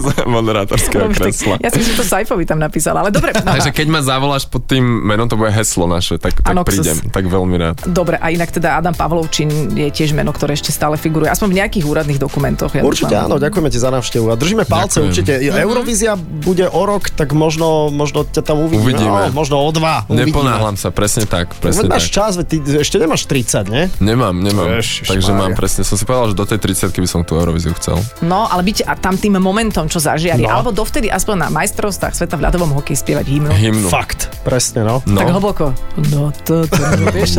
S3: za moderátorského kresla.
S4: Ja si myslím, že to Saifovi tam napísala, ale dobre. No,
S3: Takže keď ma zavoláš pod tým menom, to bude heslo naše, tak, tak
S4: Anoxus.
S3: prídem, tak veľmi rád.
S4: Dobre, a inak teda Adam Pavlovčín je tiež meno, ktoré ešte stále figuruje, aspoň v nejakých úradných dokumentoch. Ja
S2: Určite
S4: dúfam.
S2: áno, ďakujeme ti za návštevu a držíme palce
S3: Ďakujem.
S2: určite. Eurovízia bude o rok, tak možno, možno ťa tam uvidíme.
S3: Uvidíme.
S2: No, možno o dva. uvidíme.
S3: Neponáhlam sa, presne tak,
S2: Veď
S3: presne
S2: máš
S3: tak.
S2: čas, veď ty ešte nemáš 30, ne?
S3: Nemám, nemám.
S2: Ježišmarja.
S3: Takže mám presne, som si povedal, že do tej 30 by som tú Eurovíziu chcel.
S4: No, ale byť a tam tým momentom, čo zažiari. No.
S2: No.
S4: Alebo dovtedy aspoň na majstrovstvách sveta v ľadovom hokeji spievať hymnu.
S3: Hymnu.
S2: Fakt. Presne, no.
S3: No.
S4: Tak hlboko. No, to, to, to vieš.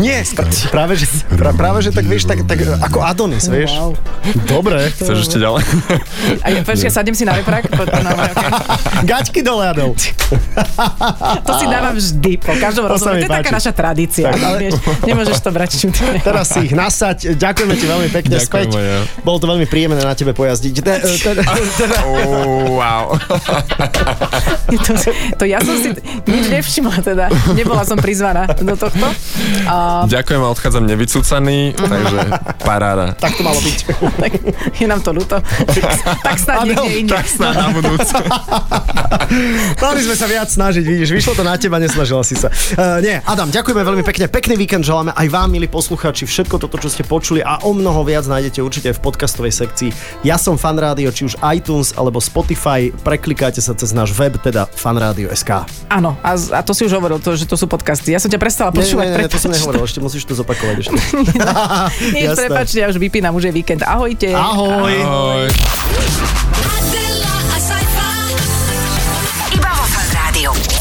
S2: Nie, pr- práve, že, pra, práve, že tak vieš, tak, tak ako Adonis, vieš.
S4: Wow.
S2: Dobre.
S3: Chceš ešte ďalej?
S4: A ja, počkaj, sadnem si na reprak. Po, no, no, okay.
S2: Gaťky dole, Adol.
S4: To si dávam vždy, po každom
S2: To sa
S4: rozhovore.
S2: mi
S4: To je taká
S2: páči.
S4: naša tradícia.
S2: Tak, ale-
S4: Vieš, nemôžeš to brať čudne.
S2: Teraz si ich nasať. Ďakujeme ti veľmi pekne
S3: Ďakujem
S2: späť.
S3: aj ja.
S2: Bolo to veľmi príjemné na tebe pojazdiť. Te, te, te,
S3: Oh, wow.
S4: To, to ja som si nič nevšimla teda. Nebola som prizvaná do tohto. A,
S3: Ďakujem a odchádzam nevycúcaný, takže paráda.
S2: tak to malo byť.
S4: tak, je nám to ľúto. Tak
S2: Áno,
S4: snáď niekde inde.
S3: Tak snáď na budúce.
S2: Mali sme sa viac snažiť, vidíš, vyšlo to na teba, nesnažila si sa. Uh, nie, Adam, ďakujeme veľmi pekne, pekný víkend želáme aj vám, milí poslucháči, všetko toto, čo ste počuli a o mnoho viac nájdete určite aj v podcastovej sekcii. Ja som fan rádio, či už iTunes alebo Spotify, preklikáte sa cez náš web, teda fanradio.sk.
S4: Áno, a, z- a to si už hovoril, to, že to sú podcasty. Ja som ťa prestala
S2: Nie, nie,
S4: počúvať.
S2: nie, nie, to som
S4: prepáč.
S2: nehovoril, ešte musíš to zopakovať. Ešte.
S4: Nie,
S2: Jasné.
S4: prepáč, ja už vypínam, už je víkend. Ahojte.
S2: Ahoj.
S3: Ahoj.
S6: Adela Asaifa.
S1: Iba vo Fan Rádiu.